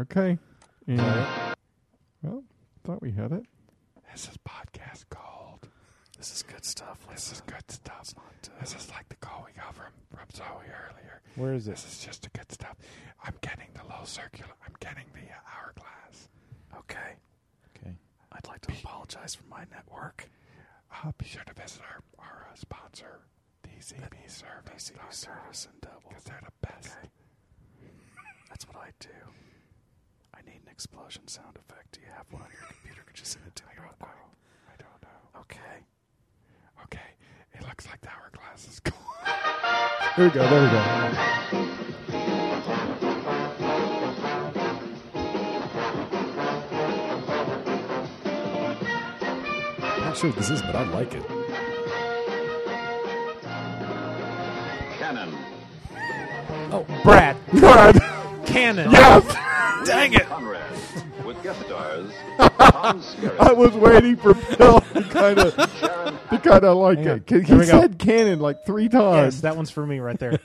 [SPEAKER 9] okay. And, well, thought we had it. This is podcast gold.
[SPEAKER 8] This is good stuff. This is good stuff. This is like the call we got from, from Zoe earlier.
[SPEAKER 10] Where is
[SPEAKER 8] this? This is just a good stuff. I'm getting the low circular. I'm getting the uh, hourglass. Okay.
[SPEAKER 10] Okay.
[SPEAKER 8] I'd like to apologize for my network. Uh, be sure to visit our, our uh, sponsor, DCB Service. DCB Service and Double. Because they're the best. That's what I do. I need an explosion sound effect. Do you have one on your computer? Could you send it to me real quick? I don't know. Okay. Okay. It looks like the hourglass is gone.
[SPEAKER 9] There we go. There we go.
[SPEAKER 8] not sure what this is, but I like it.
[SPEAKER 11] Cannon.
[SPEAKER 10] Oh, Brad. Brad. Cannon.
[SPEAKER 9] Yes!
[SPEAKER 10] Dang it.
[SPEAKER 11] Conrad. With guest stars, Tom Skerritt.
[SPEAKER 9] I was waiting for Bill to kind of to kind of like
[SPEAKER 10] Hang on.
[SPEAKER 9] it. 'Cause He
[SPEAKER 10] Here we go.
[SPEAKER 9] said cannon like three times.
[SPEAKER 10] Yes, that one's for me right there.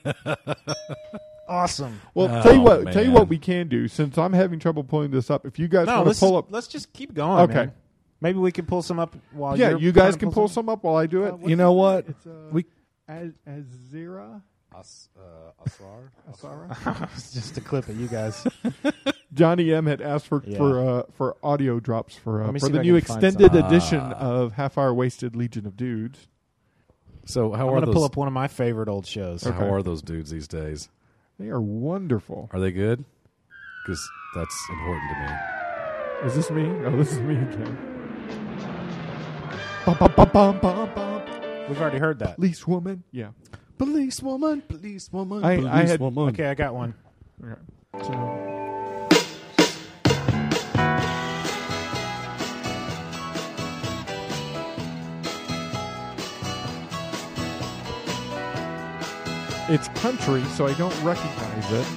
[SPEAKER 10] awesome.
[SPEAKER 9] Well,
[SPEAKER 8] Oh,
[SPEAKER 9] tell you what, tell you what we can do since I'm having trouble pulling this up. If you guys
[SPEAKER 10] No,
[SPEAKER 9] want to
[SPEAKER 10] let's
[SPEAKER 9] pull
[SPEAKER 10] just,
[SPEAKER 9] up,
[SPEAKER 10] let's just keep going.
[SPEAKER 9] Okay.
[SPEAKER 10] man. Maybe we can pull some up while
[SPEAKER 9] yeah,
[SPEAKER 10] you're
[SPEAKER 9] you guys
[SPEAKER 10] trying to
[SPEAKER 9] can
[SPEAKER 10] pull
[SPEAKER 9] pull some up while I do it.
[SPEAKER 8] You know what? we
[SPEAKER 9] As Azira,
[SPEAKER 8] As, uh, Asrar.
[SPEAKER 9] Asara?
[SPEAKER 10] It's just a clip of you guys.
[SPEAKER 9] Johnny M had asked for
[SPEAKER 10] Yeah.
[SPEAKER 9] for uh, for audio drops for uh,
[SPEAKER 10] Let me
[SPEAKER 9] for
[SPEAKER 10] see
[SPEAKER 9] the
[SPEAKER 10] if I
[SPEAKER 9] new
[SPEAKER 10] can find
[SPEAKER 9] extended
[SPEAKER 10] some. Ah.
[SPEAKER 9] edition of Half Hour Wasted Legion of Dudes.
[SPEAKER 8] So how
[SPEAKER 10] I'm
[SPEAKER 8] are
[SPEAKER 10] gonna
[SPEAKER 8] those?
[SPEAKER 10] pull up one of my favorite old shows.
[SPEAKER 8] How are those dudes these days?
[SPEAKER 9] They are wonderful.
[SPEAKER 8] Are they good? Because that's important to me.
[SPEAKER 9] Is this me? Oh, this is me again. Bum, bum, bum, bum, bum, bum.
[SPEAKER 10] We've already heard that.
[SPEAKER 9] Police woman. Yeah.
[SPEAKER 8] Police woman, police woman,
[SPEAKER 9] I- I
[SPEAKER 8] police
[SPEAKER 9] had-
[SPEAKER 8] woman.
[SPEAKER 10] Okay, I got one.
[SPEAKER 9] Okay. It's country, so I don't recognize it.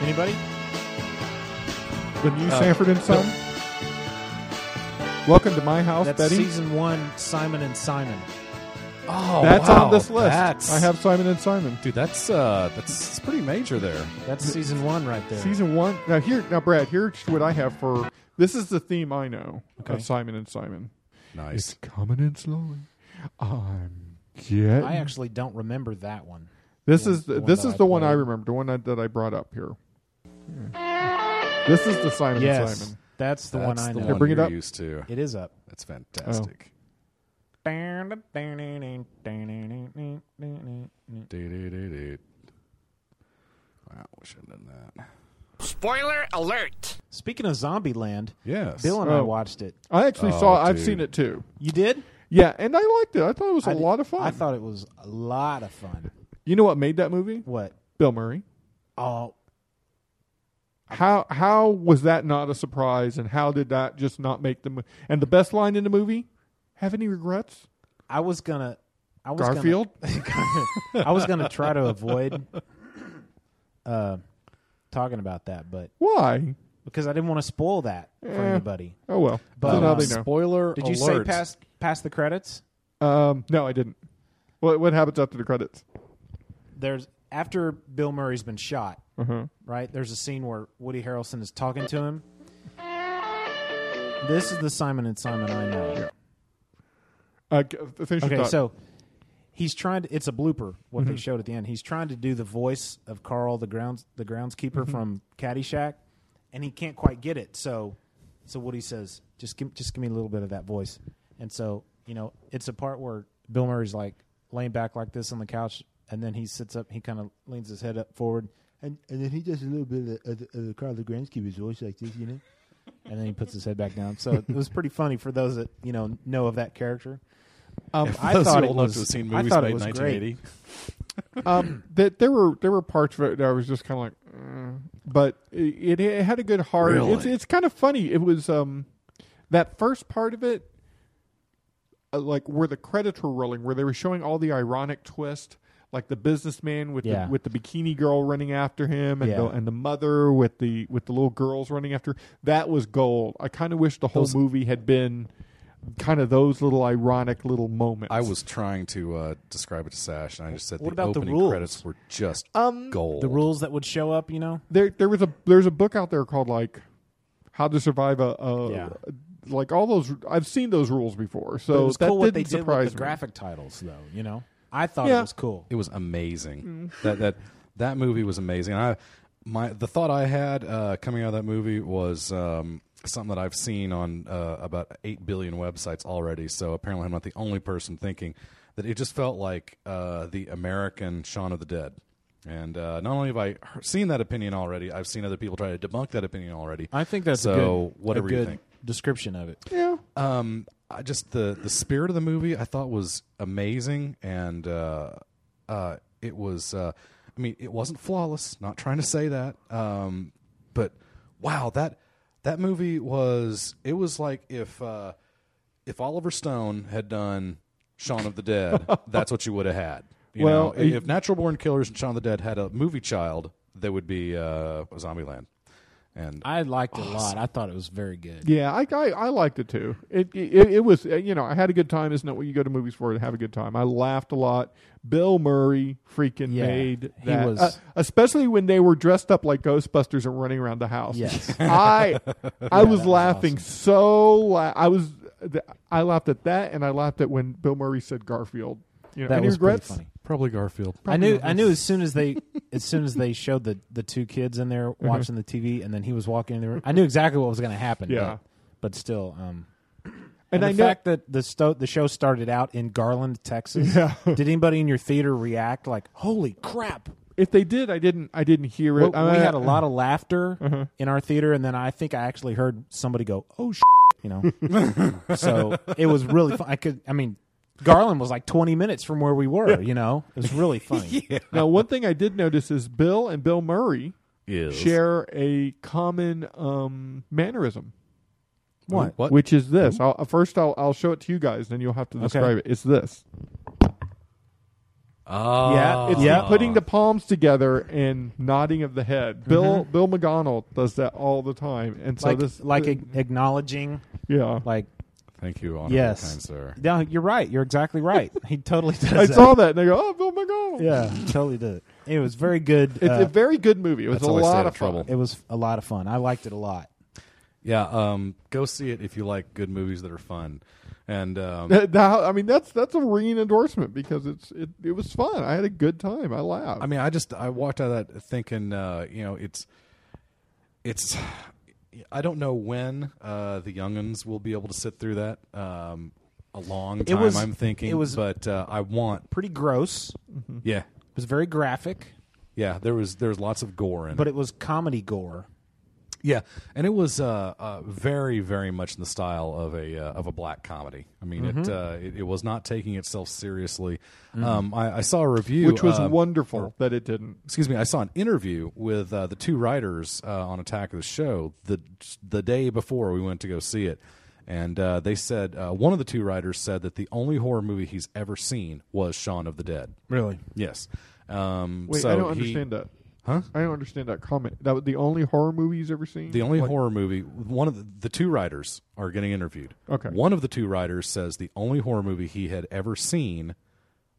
[SPEAKER 10] Anybody?
[SPEAKER 9] The new
[SPEAKER 10] Uh,
[SPEAKER 9] Sanford and Son. Welcome to my house,
[SPEAKER 10] That's
[SPEAKER 9] Betty.
[SPEAKER 10] season one, Simon and Simon.
[SPEAKER 8] Oh,
[SPEAKER 9] that's
[SPEAKER 8] wow,
[SPEAKER 9] on this list.
[SPEAKER 8] That's,
[SPEAKER 9] I have Simon and Simon.
[SPEAKER 8] dude. That's uh, that's, that's pretty major there.
[SPEAKER 10] That's season one right there.
[SPEAKER 9] Season one. Now here, now Brad, here's what I have for. This is the theme I know
[SPEAKER 8] Okay.
[SPEAKER 9] of Simon and Simon.
[SPEAKER 8] Nice.
[SPEAKER 9] It's coming in slowly. I'm getting.
[SPEAKER 10] I actually don't remember that one.
[SPEAKER 9] This
[SPEAKER 10] The one-
[SPEAKER 9] is the,
[SPEAKER 10] the one
[SPEAKER 9] this
[SPEAKER 10] that
[SPEAKER 9] is
[SPEAKER 10] I
[SPEAKER 9] the one I
[SPEAKER 10] played.
[SPEAKER 9] remember. The one that, that I brought up here. Yeah. This is the Simon and
[SPEAKER 10] yes,
[SPEAKER 9] Simon.
[SPEAKER 10] that's the one
[SPEAKER 8] That's
[SPEAKER 10] I
[SPEAKER 8] the
[SPEAKER 10] know.
[SPEAKER 8] one
[SPEAKER 9] bring it
[SPEAKER 8] you're
[SPEAKER 9] up. Oh.
[SPEAKER 8] Used to.
[SPEAKER 10] It is up.
[SPEAKER 8] That's fantastic. Do-do-do-do. Wow, we should have done that.
[SPEAKER 1] Spoiler alert.
[SPEAKER 10] Speaking of Zombieland,
[SPEAKER 8] Yes.
[SPEAKER 10] Bill and I
[SPEAKER 9] Oh.
[SPEAKER 10] watched it.
[SPEAKER 9] I actually
[SPEAKER 8] Oh,
[SPEAKER 9] saw. I've
[SPEAKER 8] dude.
[SPEAKER 9] seen it too.
[SPEAKER 10] You did?
[SPEAKER 9] Yeah, and I liked it. I thought it was a
[SPEAKER 10] I did-
[SPEAKER 9] lot of fun.
[SPEAKER 10] I thought it was a lot of fun.
[SPEAKER 9] you know what made that movie?
[SPEAKER 10] What?
[SPEAKER 9] Bill Murray.
[SPEAKER 10] Oh,
[SPEAKER 9] How how was that not a surprise? And how did that just not make the movie? And the best line in the movie: "Have any regrets?"
[SPEAKER 10] I was gonna. I was
[SPEAKER 9] Garfield.
[SPEAKER 10] Gonna, I was gonna try to avoid uh, talking about that, but
[SPEAKER 9] Why?
[SPEAKER 10] because I didn't want to spoil that for
[SPEAKER 9] Eh.
[SPEAKER 10] anybody.
[SPEAKER 9] Oh well.
[SPEAKER 10] But,
[SPEAKER 9] So now
[SPEAKER 10] um,
[SPEAKER 9] they know.
[SPEAKER 8] Spoiler
[SPEAKER 10] Did you say
[SPEAKER 8] alert.
[SPEAKER 10] past past the credits?
[SPEAKER 9] Um, no, I didn't. What what happens after the credits?
[SPEAKER 10] There's after Bill Murray's been shot,
[SPEAKER 9] Uh-huh.
[SPEAKER 10] right? There's a scene where Woody Harrelson is talking to him. This is the Simon and Simon I know.
[SPEAKER 9] Uh, g- finish your
[SPEAKER 10] Okay,
[SPEAKER 9] thought. Mm-hmm.
[SPEAKER 10] so he's trying to. It's a blooper what they showed at the end. He's trying to do the voice of Carl, the grounds the groundskeeper
[SPEAKER 9] Mm-hmm.
[SPEAKER 10] from Caddyshack, and he can't quite get it. So, so Woody says, "Just give, just give me a little bit of that voice." And so, you know, it's a part where Bill Murray's like laying back like this on the couch, and then he sits up. He kind of leans his head up forward, and and then he does a little bit of the, of the, of the Carl, the groundskeeper's voice like this, you know. And then he puts his head back down. So it was pretty funny for those that you know know of that character. Um,
[SPEAKER 8] For
[SPEAKER 10] I
[SPEAKER 8] those who
[SPEAKER 10] thought
[SPEAKER 8] are
[SPEAKER 10] it
[SPEAKER 8] old enough
[SPEAKER 10] was.
[SPEAKER 8] to have seen
[SPEAKER 10] I
[SPEAKER 8] movies
[SPEAKER 10] thought
[SPEAKER 8] made
[SPEAKER 10] it was
[SPEAKER 8] in
[SPEAKER 10] great.
[SPEAKER 8] 1980.
[SPEAKER 9] um, that there were there were parts of it that I was just kind of like, mm. but it, it had a good heart.
[SPEAKER 8] Really?
[SPEAKER 9] It's it's kind of funny. It was um, that first part of it, uh, like where the credits were rolling, where they were showing all the ironic twist, like the businessman with
[SPEAKER 10] Yeah.
[SPEAKER 9] the, with the bikini girl running after him, and the,
[SPEAKER 10] Yeah.
[SPEAKER 9] and the mother with the with the little girls running after. That was gold. I kind of wish the whole
[SPEAKER 8] Those-
[SPEAKER 9] movie had been kind of those little ironic little moments.
[SPEAKER 8] I was trying to uh, describe it to Sash, and I just said
[SPEAKER 9] What
[SPEAKER 8] the
[SPEAKER 9] about the
[SPEAKER 8] opening
[SPEAKER 9] rules?
[SPEAKER 8] credits were just
[SPEAKER 9] Um,
[SPEAKER 8] gold.
[SPEAKER 10] The rules that would show up, you know?
[SPEAKER 9] there there was a there's a book out there called like how to survive a, a
[SPEAKER 10] Yeah.
[SPEAKER 9] like all those I've seen those rules before.
[SPEAKER 10] But
[SPEAKER 9] So
[SPEAKER 10] it was
[SPEAKER 9] that
[SPEAKER 10] cool what
[SPEAKER 9] didn't
[SPEAKER 10] they did
[SPEAKER 9] surprise
[SPEAKER 10] with the
[SPEAKER 9] me.
[SPEAKER 10] graphic titles, though. You know, I thought it was cool.
[SPEAKER 8] It was amazing. that that that movie was amazing. I my the thought I had uh, coming out of that movie was um, something that I've seen on uh, about eight billion websites already. So apparently, I'm not the only person thinking that it just felt like uh, the American Shaun of the Dead. And uh, not only have I he- seen that opinion already, I've seen other people try to debunk that opinion already.
[SPEAKER 10] I think that's
[SPEAKER 8] so.
[SPEAKER 10] a good,
[SPEAKER 8] whatever
[SPEAKER 10] a good
[SPEAKER 8] you think.
[SPEAKER 10] description of it.
[SPEAKER 9] Yeah.
[SPEAKER 8] Um, I just the the spirit of the movie I thought was amazing, and uh, uh, it was. Uh, I mean, it wasn't flawless. Not trying to say that. Um, but wow, that that movie was. It was like if uh, if Oliver Stone had done Shaun of the Dead, that's what you would have had. You
[SPEAKER 9] Well,
[SPEAKER 8] know,
[SPEAKER 9] it-
[SPEAKER 8] if Natural Born Killers and Shaun of the Dead had a movie child, they would be uh, Zombieland. And
[SPEAKER 10] I liked it a lot. I thought it was very good.
[SPEAKER 9] Yeah, I, I I liked it too. It, it it was uh, you know I had a good time. Isn't it what you go to movies for to have a good time? I laughed a lot. Bill Murray freaking
[SPEAKER 10] Yeah,
[SPEAKER 9] made
[SPEAKER 10] he
[SPEAKER 9] that,
[SPEAKER 10] was-
[SPEAKER 9] uh, especially when they were dressed up like Ghostbusters and running around the house.
[SPEAKER 10] Yes.
[SPEAKER 9] I I
[SPEAKER 10] Yeah,
[SPEAKER 9] was
[SPEAKER 10] that was
[SPEAKER 9] laughing so la- I was th- I laughed at that and I laughed at when Bill Murray said Garfield. You know,
[SPEAKER 10] That
[SPEAKER 9] any
[SPEAKER 10] was pretty
[SPEAKER 9] regrets?
[SPEAKER 10] funny.
[SPEAKER 8] Probably Garfield.
[SPEAKER 10] I knew. I knew as soon as they, as soon as they showed the the two kids in there
[SPEAKER 9] Mm-hmm.
[SPEAKER 10] watching the TV, and then he was walking in the room. I knew exactly what was going to happen.
[SPEAKER 9] Yeah.
[SPEAKER 10] but, but still, um,
[SPEAKER 9] And
[SPEAKER 10] and,
[SPEAKER 9] I
[SPEAKER 10] the
[SPEAKER 9] know-
[SPEAKER 10] fact that the sto- the show started out in Garland, Texas.
[SPEAKER 9] Yeah.
[SPEAKER 10] Did anybody in your theater react like, "Holy crap"?
[SPEAKER 9] If they did, I didn't. I didn't hear it. Uh,
[SPEAKER 10] Well, we had a lot of laughter
[SPEAKER 9] Uh-huh.
[SPEAKER 10] in our theater, and then I think I actually heard somebody go, "Oh sh!" You know, so it was really fun. I could, I mean, Garland was like twenty minutes from where we were. You know, it was really funny.
[SPEAKER 9] Now, one thing I did notice is Bill and Bill Murray
[SPEAKER 8] Yes.
[SPEAKER 9] share a common um, mannerism.
[SPEAKER 10] What? What?
[SPEAKER 9] Which is this? I'll, first, I'll I'll show it to you guys, then you'll have to
[SPEAKER 10] Okay.
[SPEAKER 9] describe it. It's this.
[SPEAKER 8] Oh.
[SPEAKER 9] yeah, it's the putting the palms together and nodding of the head. Bill Bill McGonnell does that all the time, and so
[SPEAKER 10] Mm-hmm. like,
[SPEAKER 9] this uh,
[SPEAKER 10] like ag- acknowledging.
[SPEAKER 9] Yeah.
[SPEAKER 10] Like
[SPEAKER 8] Thank you, honorable kind
[SPEAKER 10] yes.
[SPEAKER 8] sir.
[SPEAKER 10] Yeah, you're right. You're exactly right. he totally does.
[SPEAKER 9] I
[SPEAKER 10] that.
[SPEAKER 9] saw that and I go, oh, Bill McGonnell.
[SPEAKER 10] Yeah, he totally did. it. It was very good. uh,
[SPEAKER 9] It's a very good movie. It was
[SPEAKER 8] That's
[SPEAKER 9] a
[SPEAKER 8] how I stay
[SPEAKER 9] lot
[SPEAKER 8] out
[SPEAKER 9] of
[SPEAKER 8] of trouble.
[SPEAKER 9] Fun.
[SPEAKER 10] It was a lot of fun. I liked it a lot.
[SPEAKER 8] Yeah, um, go see it if you like good movies that are fun. And um,
[SPEAKER 10] Uh,
[SPEAKER 9] Now, I mean, that's that's a ringing endorsement because it's it, it was fun. I had a good time. I laughed.
[SPEAKER 8] I mean, I just I walked out of that thinking, uh, you know, it's it's. I don't know when uh, the youngins will be able to sit through that. Um, a long
[SPEAKER 10] It
[SPEAKER 8] time,
[SPEAKER 10] was-
[SPEAKER 8] I'm thinking.
[SPEAKER 10] it was- Hmm.
[SPEAKER 8] but uh, I want.
[SPEAKER 10] Pretty gross.
[SPEAKER 8] Yeah,
[SPEAKER 10] It was very graphic,
[SPEAKER 8] yeah. There was there was lots of gore in it.
[SPEAKER 10] but it was comedy gore.
[SPEAKER 8] Yeah, and it was uh, uh, very, very much in the style of a uh, of a black comedy. I mean,
[SPEAKER 10] Mm-hmm.
[SPEAKER 8] it, uh, it it was not taking itself seriously. Um, I, I saw a review,
[SPEAKER 9] which was
[SPEAKER 8] um,
[SPEAKER 9] wonderful that it didn't.
[SPEAKER 8] excuse me, I saw an interview with uh, the two writers uh, on Attack of the Show the the day before we went to go see it, and uh, they said uh, one of the two writers said that the only horror movie he's ever seen was Shaun of the Dead.
[SPEAKER 10] Really?
[SPEAKER 8] Yes. Um,
[SPEAKER 9] Wait,
[SPEAKER 8] so
[SPEAKER 9] I don't
[SPEAKER 8] he-
[SPEAKER 9] understand that.
[SPEAKER 8] Huh?
[SPEAKER 9] I don't understand that comment. That was the only horror movie he's ever seen.
[SPEAKER 8] The only
[SPEAKER 9] Like,
[SPEAKER 8] horror movie, one of the, the two writers are getting interviewed.
[SPEAKER 9] Okay.
[SPEAKER 8] One of the two writers says the only horror movie he had ever seen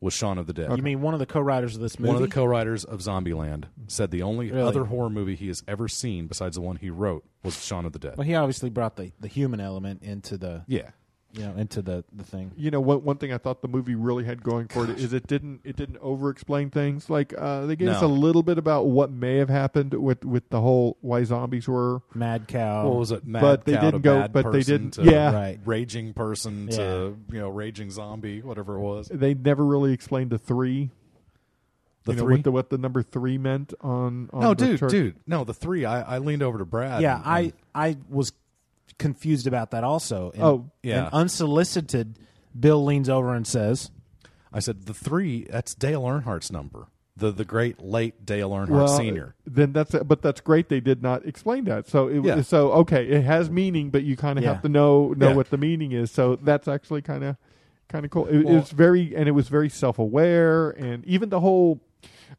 [SPEAKER 8] was Shaun of the Dead.
[SPEAKER 10] You mean one of the co-writers of this movie?
[SPEAKER 8] one of the co-writers of Zombieland said the only
[SPEAKER 10] Really?
[SPEAKER 8] other horror movie he has ever seen besides the one he wrote was Shaun of the Dead.
[SPEAKER 10] Well, he obviously brought the, the human element into the
[SPEAKER 8] Yeah.
[SPEAKER 10] you know, into the the thing.
[SPEAKER 9] You know, one one thing I thought the movie really had going for it is it didn't it didn't over explain things. Like uh, they gave us a
[SPEAKER 8] No.
[SPEAKER 9] little bit about what may have happened with with the whole why zombies were.
[SPEAKER 10] Mad cow.
[SPEAKER 8] Oh, What was it? Mad
[SPEAKER 9] But they
[SPEAKER 8] cow to
[SPEAKER 9] didn't go-
[SPEAKER 8] bad
[SPEAKER 9] but they
[SPEAKER 8] person
[SPEAKER 9] didn't-
[SPEAKER 8] To
[SPEAKER 9] yeah.
[SPEAKER 10] Right.
[SPEAKER 8] Raging person to you know raging zombie, whatever it was.
[SPEAKER 9] They never really explained the three.
[SPEAKER 8] The
[SPEAKER 9] you know,
[SPEAKER 8] three?
[SPEAKER 9] what the what the number three meant on. on
[SPEAKER 8] no,
[SPEAKER 9] the
[SPEAKER 8] dude,
[SPEAKER 9] chart.
[SPEAKER 8] dude, no. The three. I, I leaned over to Brad.
[SPEAKER 10] yeah,
[SPEAKER 8] and-
[SPEAKER 10] I I was confused about that also. And,
[SPEAKER 8] Oh. Yeah.
[SPEAKER 10] and unsolicited, Bill leans over and says,
[SPEAKER 8] I said the three. That's Dale Earnhardt's number. The the great late Dale Earnhardt
[SPEAKER 9] Well,
[SPEAKER 8] Senior.
[SPEAKER 9] Then that's but that's great. They did not explain that. So it
[SPEAKER 8] Yeah.
[SPEAKER 9] so okay. It has meaning, but you kind of
[SPEAKER 8] Yeah.
[SPEAKER 9] have to know know
[SPEAKER 8] Yeah.
[SPEAKER 9] what the meaning is. So that's actually kind of kind of cool. It,
[SPEAKER 8] Well-
[SPEAKER 9] it's very and it was very self aware, and even the whole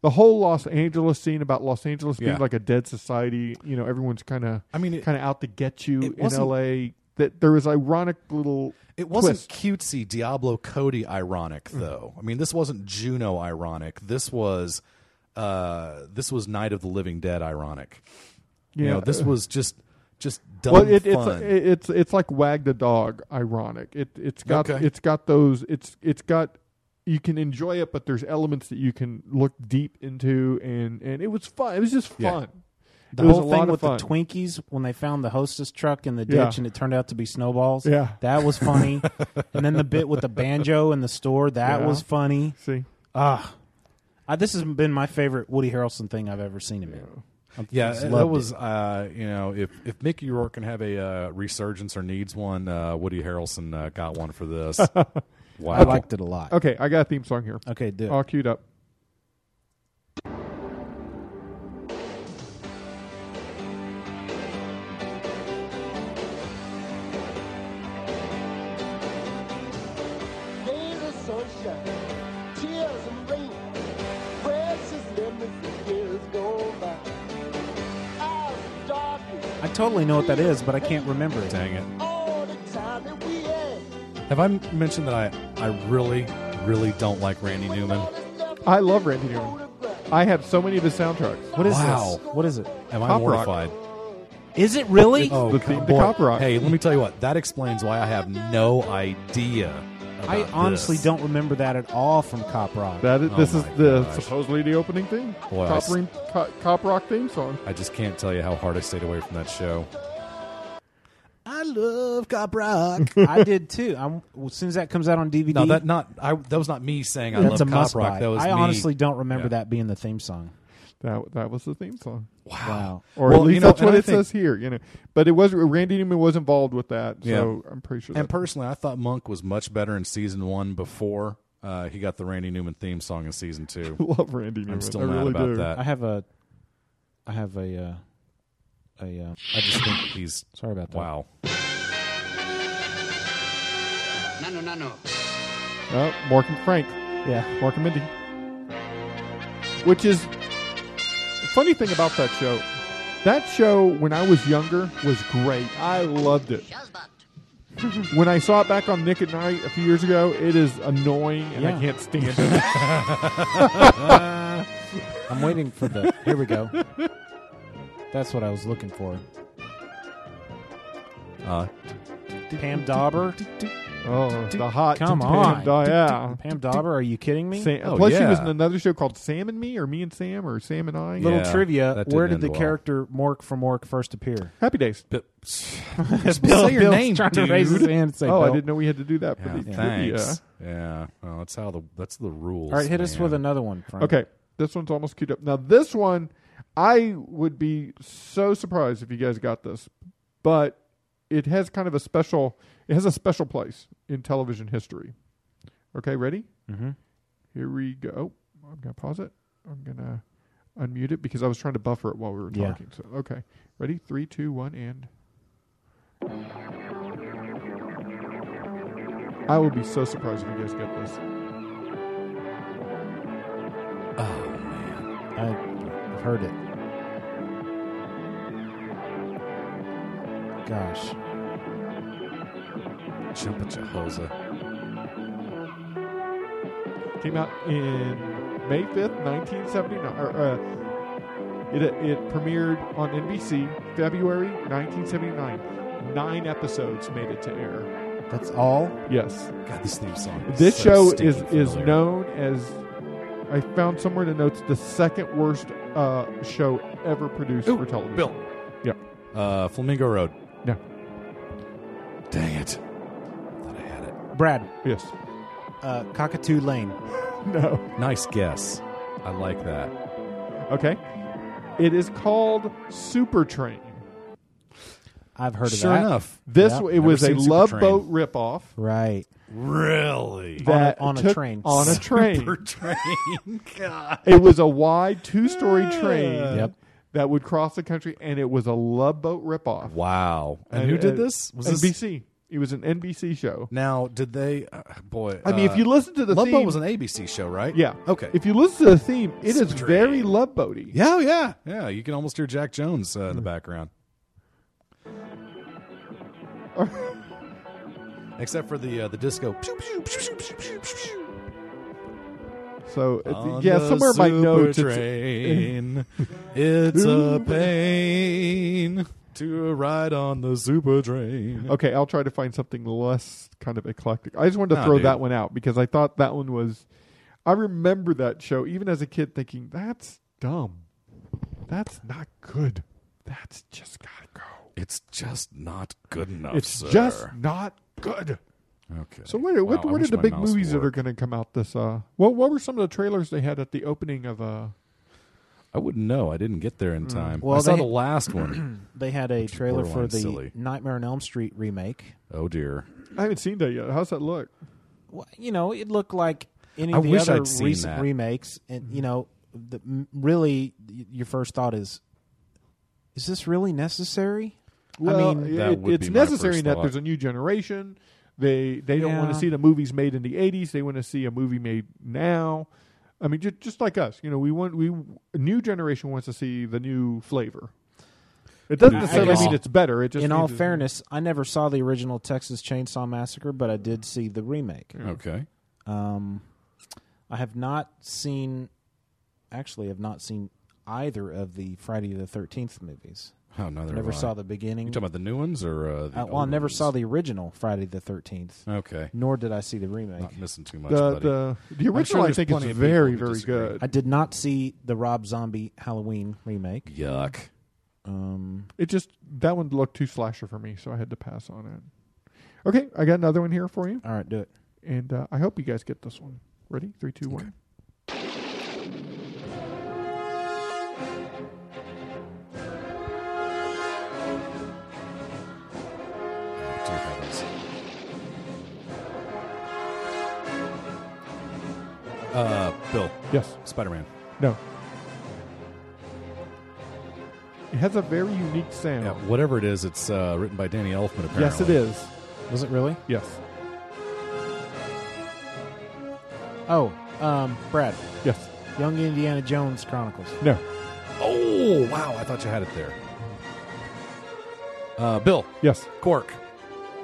[SPEAKER 9] the whole Los Angeles scene about Los Angeles being
[SPEAKER 8] Yeah.
[SPEAKER 9] like a dead society. You know, everyone's kind of
[SPEAKER 8] I mean, it-
[SPEAKER 9] kind of out to get you
[SPEAKER 8] it
[SPEAKER 9] in
[SPEAKER 8] wasn't-
[SPEAKER 9] L.A. that there was ironic little.
[SPEAKER 8] It wasn't
[SPEAKER 9] twist.
[SPEAKER 8] cutesy Diablo Cody ironic
[SPEAKER 10] Mm.
[SPEAKER 8] though. I mean, this wasn't Juno ironic. This was uh, this was Night of the Living Dead ironic. You
[SPEAKER 9] Yeah.
[SPEAKER 8] know, this was just just dumb
[SPEAKER 9] well, it, it's
[SPEAKER 8] fun.
[SPEAKER 9] it's it's like wag the dog. Ironic. It it's got
[SPEAKER 8] Okay.
[SPEAKER 9] it's got those. It's it's got you can enjoy it, but there's elements that you can look deep into, and and it was fun. It was just
[SPEAKER 10] Yeah.
[SPEAKER 9] fun.
[SPEAKER 10] The
[SPEAKER 9] It was a
[SPEAKER 10] whole
[SPEAKER 9] lot
[SPEAKER 10] thing
[SPEAKER 9] of
[SPEAKER 10] with the
[SPEAKER 9] fun.
[SPEAKER 10] Twinkies when they found the hostess truck in the ditch
[SPEAKER 9] Yeah.
[SPEAKER 10] and it turned out to be snowballs.
[SPEAKER 9] Yeah.
[SPEAKER 10] That was funny. and then the bit with the banjo in the store, that
[SPEAKER 9] Yeah.
[SPEAKER 10] was funny.
[SPEAKER 9] See?
[SPEAKER 10] Ah. I, this has been my favorite Woody Harrelson thing I've ever seen him in. I
[SPEAKER 8] Yeah,
[SPEAKER 10] just
[SPEAKER 8] that
[SPEAKER 10] loved
[SPEAKER 8] was
[SPEAKER 10] it.
[SPEAKER 8] uh, you know if if Mickey Rourke can have a uh, resurgence or needs one, uh, Woody Harrelson uh, got one for this. wow,
[SPEAKER 10] I liked it a lot.
[SPEAKER 9] Okay, I got a theme song here.
[SPEAKER 10] Okay, do it.
[SPEAKER 9] all queued up.
[SPEAKER 18] Days of sunshine, tears and rain, precious memories of years gone by. Hours of darkness,
[SPEAKER 10] I totally know what that is, but I can't remember it.
[SPEAKER 8] Dang it.
[SPEAKER 18] all the time that we had.
[SPEAKER 8] Have I m- mentioned that I I really really don't like Randy Newman?
[SPEAKER 9] I love Randy Newman. I have so many of his soundtracks.
[SPEAKER 10] What is
[SPEAKER 8] Wow.
[SPEAKER 10] this? What is it?
[SPEAKER 8] Am I
[SPEAKER 9] Cop Rock.
[SPEAKER 8] mortified?
[SPEAKER 10] Is it really?
[SPEAKER 8] Oh,
[SPEAKER 9] the
[SPEAKER 8] come-
[SPEAKER 9] theme to
[SPEAKER 8] boy.
[SPEAKER 9] Cop Rock.
[SPEAKER 8] Hey, let me tell you what. That explains why I have no idea.
[SPEAKER 10] I
[SPEAKER 8] about
[SPEAKER 10] honestly
[SPEAKER 8] this.
[SPEAKER 10] don't remember that at all from Cop Rock.
[SPEAKER 9] That is,
[SPEAKER 8] Oh
[SPEAKER 9] this is
[SPEAKER 8] my
[SPEAKER 9] the
[SPEAKER 8] gosh.
[SPEAKER 9] supposedly the opening theme,
[SPEAKER 8] Boy, I
[SPEAKER 9] cop,
[SPEAKER 8] s-
[SPEAKER 9] ring- co- cop rock theme song.
[SPEAKER 8] I just can't tell you how hard I stayed away from that show.
[SPEAKER 10] I love Cop Rock. I did too. I'm, well, as soon as that comes out on DVD,
[SPEAKER 8] No, that not I. That was not me saying I
[SPEAKER 10] that's
[SPEAKER 8] love
[SPEAKER 10] a
[SPEAKER 8] Cop
[SPEAKER 10] must
[SPEAKER 8] Rock.
[SPEAKER 10] buy.
[SPEAKER 8] That was
[SPEAKER 10] I
[SPEAKER 8] me-
[SPEAKER 10] honestly don't remember
[SPEAKER 8] Yeah.
[SPEAKER 10] that being the theme song.
[SPEAKER 9] That that was the theme song.
[SPEAKER 10] Wow.
[SPEAKER 9] Or
[SPEAKER 8] Well,
[SPEAKER 9] at
[SPEAKER 8] you
[SPEAKER 9] least
[SPEAKER 8] know,
[SPEAKER 9] that's
[SPEAKER 8] and
[SPEAKER 9] what
[SPEAKER 8] I
[SPEAKER 9] it
[SPEAKER 8] think-
[SPEAKER 9] says here, you know. But it was Randy Newman was involved with that,
[SPEAKER 8] Yeah.
[SPEAKER 9] so I'm pretty sure.
[SPEAKER 8] And
[SPEAKER 9] that,
[SPEAKER 8] personally, I thought Monk was much better in season one before uh, he got the Randy Newman theme song in season two.
[SPEAKER 9] love Randy Newman.
[SPEAKER 8] I'm still
[SPEAKER 9] I
[SPEAKER 8] mad
[SPEAKER 9] really
[SPEAKER 8] about
[SPEAKER 9] do.
[SPEAKER 8] that.
[SPEAKER 10] I have a, I have a, uh, a. Uh,
[SPEAKER 8] I just think he's
[SPEAKER 10] sorry about that.
[SPEAKER 8] wow.
[SPEAKER 18] No, no, no, no.
[SPEAKER 9] Oh, Mark and Frank.
[SPEAKER 10] Yeah.
[SPEAKER 9] Mark and Mindy. Which is the funny thing about that show. That show when I was younger was great. I loved it. when I saw it back on Nick at Night a few years ago, it is annoying and I
[SPEAKER 10] Yeah.
[SPEAKER 9] can't stand it.
[SPEAKER 10] I'm waiting for the. Here we go. That's what I was looking for.
[SPEAKER 8] Uh,
[SPEAKER 10] Pam Dauber.
[SPEAKER 9] oh, the hot
[SPEAKER 10] Come
[SPEAKER 9] Pam
[SPEAKER 10] on,
[SPEAKER 9] Dau- yeah. uh,
[SPEAKER 10] Pam Dauber. Are you kidding me?
[SPEAKER 9] Sam,
[SPEAKER 10] Oh,
[SPEAKER 9] plus, she
[SPEAKER 10] yeah.
[SPEAKER 9] was in another show called Sam and Me, or Me and Sam, or Sam and I.
[SPEAKER 10] Little trivia:
[SPEAKER 9] that
[SPEAKER 10] Where
[SPEAKER 9] didn't
[SPEAKER 10] did
[SPEAKER 9] end
[SPEAKER 10] the
[SPEAKER 9] well.
[SPEAKER 10] character Mork from Mork first appear?
[SPEAKER 9] Happy Days.
[SPEAKER 10] Bill- your Bill's name, trying to raise his dude. hand and say
[SPEAKER 9] oh, I
[SPEAKER 10] Bill.
[SPEAKER 9] didn't know we had to do that for
[SPEAKER 8] Yeah,
[SPEAKER 9] the
[SPEAKER 8] thanks. Yeah, well, that's how the that's the rules.
[SPEAKER 10] All right, hit us
[SPEAKER 8] man.
[SPEAKER 10] with another one. Frank.
[SPEAKER 9] trivia. Okay, this one's almost queued up. Now, this one, I would be so surprised if you guys got this, but it has kind of a special. It has a special place in television history. Okay, ready?
[SPEAKER 10] Mhm.
[SPEAKER 9] Here we go. Oh, I'm gonna pause it. I'm gonna unmute it because I was trying to buffer it while we were
[SPEAKER 10] Yeah.
[SPEAKER 9] talking. So, okay, ready? Three, two, one, and. I would be so surprised if you guys get this.
[SPEAKER 10] I, I've heard it. Gosh.
[SPEAKER 8] Jump at Jehoza.
[SPEAKER 9] Came out in May 5th, 1979. Or, uh, it, it premiered on NBC February 1979. Nine episodes made it to air.
[SPEAKER 10] That's all.
[SPEAKER 9] Yes.
[SPEAKER 8] God, this theme song. is
[SPEAKER 9] This
[SPEAKER 8] so
[SPEAKER 9] show
[SPEAKER 8] stinking
[SPEAKER 9] is, is
[SPEAKER 8] familiar.
[SPEAKER 9] known as, I found somewhere in the notes, the second worst uh, show ever produced for television.
[SPEAKER 8] Bill.
[SPEAKER 9] Yep.
[SPEAKER 8] Uh, Flamingo Road.
[SPEAKER 9] No.
[SPEAKER 8] Dang it.
[SPEAKER 10] Brad.
[SPEAKER 9] Yes.
[SPEAKER 10] Uh, Cockatoo Lane.
[SPEAKER 9] No.
[SPEAKER 8] Nice guess. I like that.
[SPEAKER 9] Okay. It is called Super Train.
[SPEAKER 10] I've heard of
[SPEAKER 8] Sure
[SPEAKER 10] that.
[SPEAKER 8] enough.
[SPEAKER 9] This
[SPEAKER 10] Yep.
[SPEAKER 9] it was a
[SPEAKER 8] seen Super
[SPEAKER 9] Love
[SPEAKER 8] Train.
[SPEAKER 9] Boat ripoff.
[SPEAKER 10] Right.
[SPEAKER 8] Really?
[SPEAKER 9] That
[SPEAKER 10] on a, on a
[SPEAKER 9] took-
[SPEAKER 10] train.
[SPEAKER 9] on a train.
[SPEAKER 8] Super train. God.
[SPEAKER 9] It was a wide two-story train
[SPEAKER 10] Yep.
[SPEAKER 9] that would cross the country, and it was a Love Boat ripoff.
[SPEAKER 8] Wow. And, who did
[SPEAKER 9] uh,
[SPEAKER 8] this? Was this
[SPEAKER 9] NBC. It was an NBC show.
[SPEAKER 8] Now, did they? Uh, boy,
[SPEAKER 9] I mean,
[SPEAKER 8] uh,
[SPEAKER 9] if you listen to the
[SPEAKER 8] Love Boat
[SPEAKER 9] theme-
[SPEAKER 8] was an ABC show, right?
[SPEAKER 9] Yeah.
[SPEAKER 8] Okay.
[SPEAKER 9] If you listen to the theme, it is very Love Boaty.
[SPEAKER 8] yeah, oh, yeah, Hmm. yeah. You can almost hear Jack Jones uh, in the background. Except for the uh, the disco.
[SPEAKER 9] So it-
[SPEAKER 8] On
[SPEAKER 9] yeah,
[SPEAKER 8] the
[SPEAKER 9] somewhere in my
[SPEAKER 8] super
[SPEAKER 9] notes it's-
[SPEAKER 8] Train. it's a pain to ride on the super train.
[SPEAKER 9] Okay, I'll try to find something less kind of eclectic. I just wanted to
[SPEAKER 8] Nah,
[SPEAKER 9] throw
[SPEAKER 8] dude.
[SPEAKER 9] that one out because I thought that one was. I remember that show even as a kid, thinking that's dumb, that's not good, that's just gotta go.
[SPEAKER 8] It's just not good enough.
[SPEAKER 9] it's
[SPEAKER 8] sir.
[SPEAKER 9] just not good.
[SPEAKER 8] Okay.
[SPEAKER 9] So wait, what,
[SPEAKER 8] Wow, I
[SPEAKER 9] what are
[SPEAKER 8] wish
[SPEAKER 9] the
[SPEAKER 8] my
[SPEAKER 9] big
[SPEAKER 8] mouse
[SPEAKER 9] movies
[SPEAKER 8] would
[SPEAKER 9] that are going to come out this? Uh, what what were some of the trailers they had at the opening of? Uh,
[SPEAKER 8] I wouldn't know. I didn't get there in
[SPEAKER 10] Mm.
[SPEAKER 8] time.
[SPEAKER 10] Well,
[SPEAKER 8] I saw
[SPEAKER 10] they-
[SPEAKER 8] the last one.
[SPEAKER 10] they had a trailer for
[SPEAKER 8] borderline
[SPEAKER 10] the
[SPEAKER 8] silly.
[SPEAKER 10] Nightmare on Elm Street remake.
[SPEAKER 8] Oh dear.
[SPEAKER 9] I haven't seen that yet. How's that look?
[SPEAKER 10] You know, it looked like any
[SPEAKER 8] I
[SPEAKER 10] of the
[SPEAKER 8] wish
[SPEAKER 10] other
[SPEAKER 8] I'd seen
[SPEAKER 10] recent
[SPEAKER 8] that. Mm-hmm.
[SPEAKER 10] remakes, and you know, the, m- really, y- your first thought is, is this really necessary?
[SPEAKER 9] Well,
[SPEAKER 10] I mean,
[SPEAKER 9] it- it's necessary that there's a new generation. They they don't want
[SPEAKER 10] Yeah.
[SPEAKER 9] to see the movies made in the '80s. They want to see a movie made now. I mean, just, just like us, you know, we want we a new generation wants to see the new flavor. It doesn't
[SPEAKER 10] I- I
[SPEAKER 9] necessarily
[SPEAKER 10] guess-
[SPEAKER 9] mean it's better. It just
[SPEAKER 10] in all
[SPEAKER 9] means it's-
[SPEAKER 10] fairness, I never saw the original Texas Chainsaw Massacre, but I did see the remake.
[SPEAKER 8] Okay.
[SPEAKER 10] Um, I have not seen. Actually, have not seen either of the Friday the Thirteenth movies.
[SPEAKER 8] Oh, neither
[SPEAKER 10] never
[SPEAKER 8] have I.
[SPEAKER 10] saw the beginning.
[SPEAKER 8] You talking about the new ones or uh, the
[SPEAKER 10] Uh,
[SPEAKER 8] old
[SPEAKER 10] well, I never
[SPEAKER 8] ones?
[SPEAKER 10] saw the original Friday the Thirteenth.
[SPEAKER 8] Okay.
[SPEAKER 10] Nor did I see the remake.
[SPEAKER 8] Not missing too much.
[SPEAKER 9] The-
[SPEAKER 8] buddy.
[SPEAKER 9] the- the
[SPEAKER 8] I'm
[SPEAKER 9] original,
[SPEAKER 8] sure
[SPEAKER 9] I
[SPEAKER 8] there's
[SPEAKER 9] think, is
[SPEAKER 8] plenty of people
[SPEAKER 9] very,
[SPEAKER 8] who
[SPEAKER 9] very
[SPEAKER 8] disagree.
[SPEAKER 9] good.
[SPEAKER 10] I did not see the Rob Zombie Halloween remake.
[SPEAKER 8] Yuck.
[SPEAKER 10] Um,
[SPEAKER 9] It just that one looked too slasher for me, so I had to pass on it. Okay, I got another one here for you.
[SPEAKER 10] All right, do it.
[SPEAKER 9] And uh, I hope you guys get this one. Ready? Three, two, one.
[SPEAKER 8] Dear heavens. Uh, Bill.
[SPEAKER 9] Yes.
[SPEAKER 8] Spider Man.
[SPEAKER 9] No. It has a very unique sound.
[SPEAKER 8] Yeah, Uh, whatever it is, it's uh, written by Danny Elfman, apparently.
[SPEAKER 9] Yes, it is.
[SPEAKER 10] Was it really?
[SPEAKER 9] Yes.
[SPEAKER 10] Oh, um, Brad.
[SPEAKER 9] Yes.
[SPEAKER 10] Young Indiana Jones Chronicles.
[SPEAKER 9] No.
[SPEAKER 8] Oh, wow. I thought you had it there. Uh, Bill.
[SPEAKER 9] Yes.
[SPEAKER 8] Cork.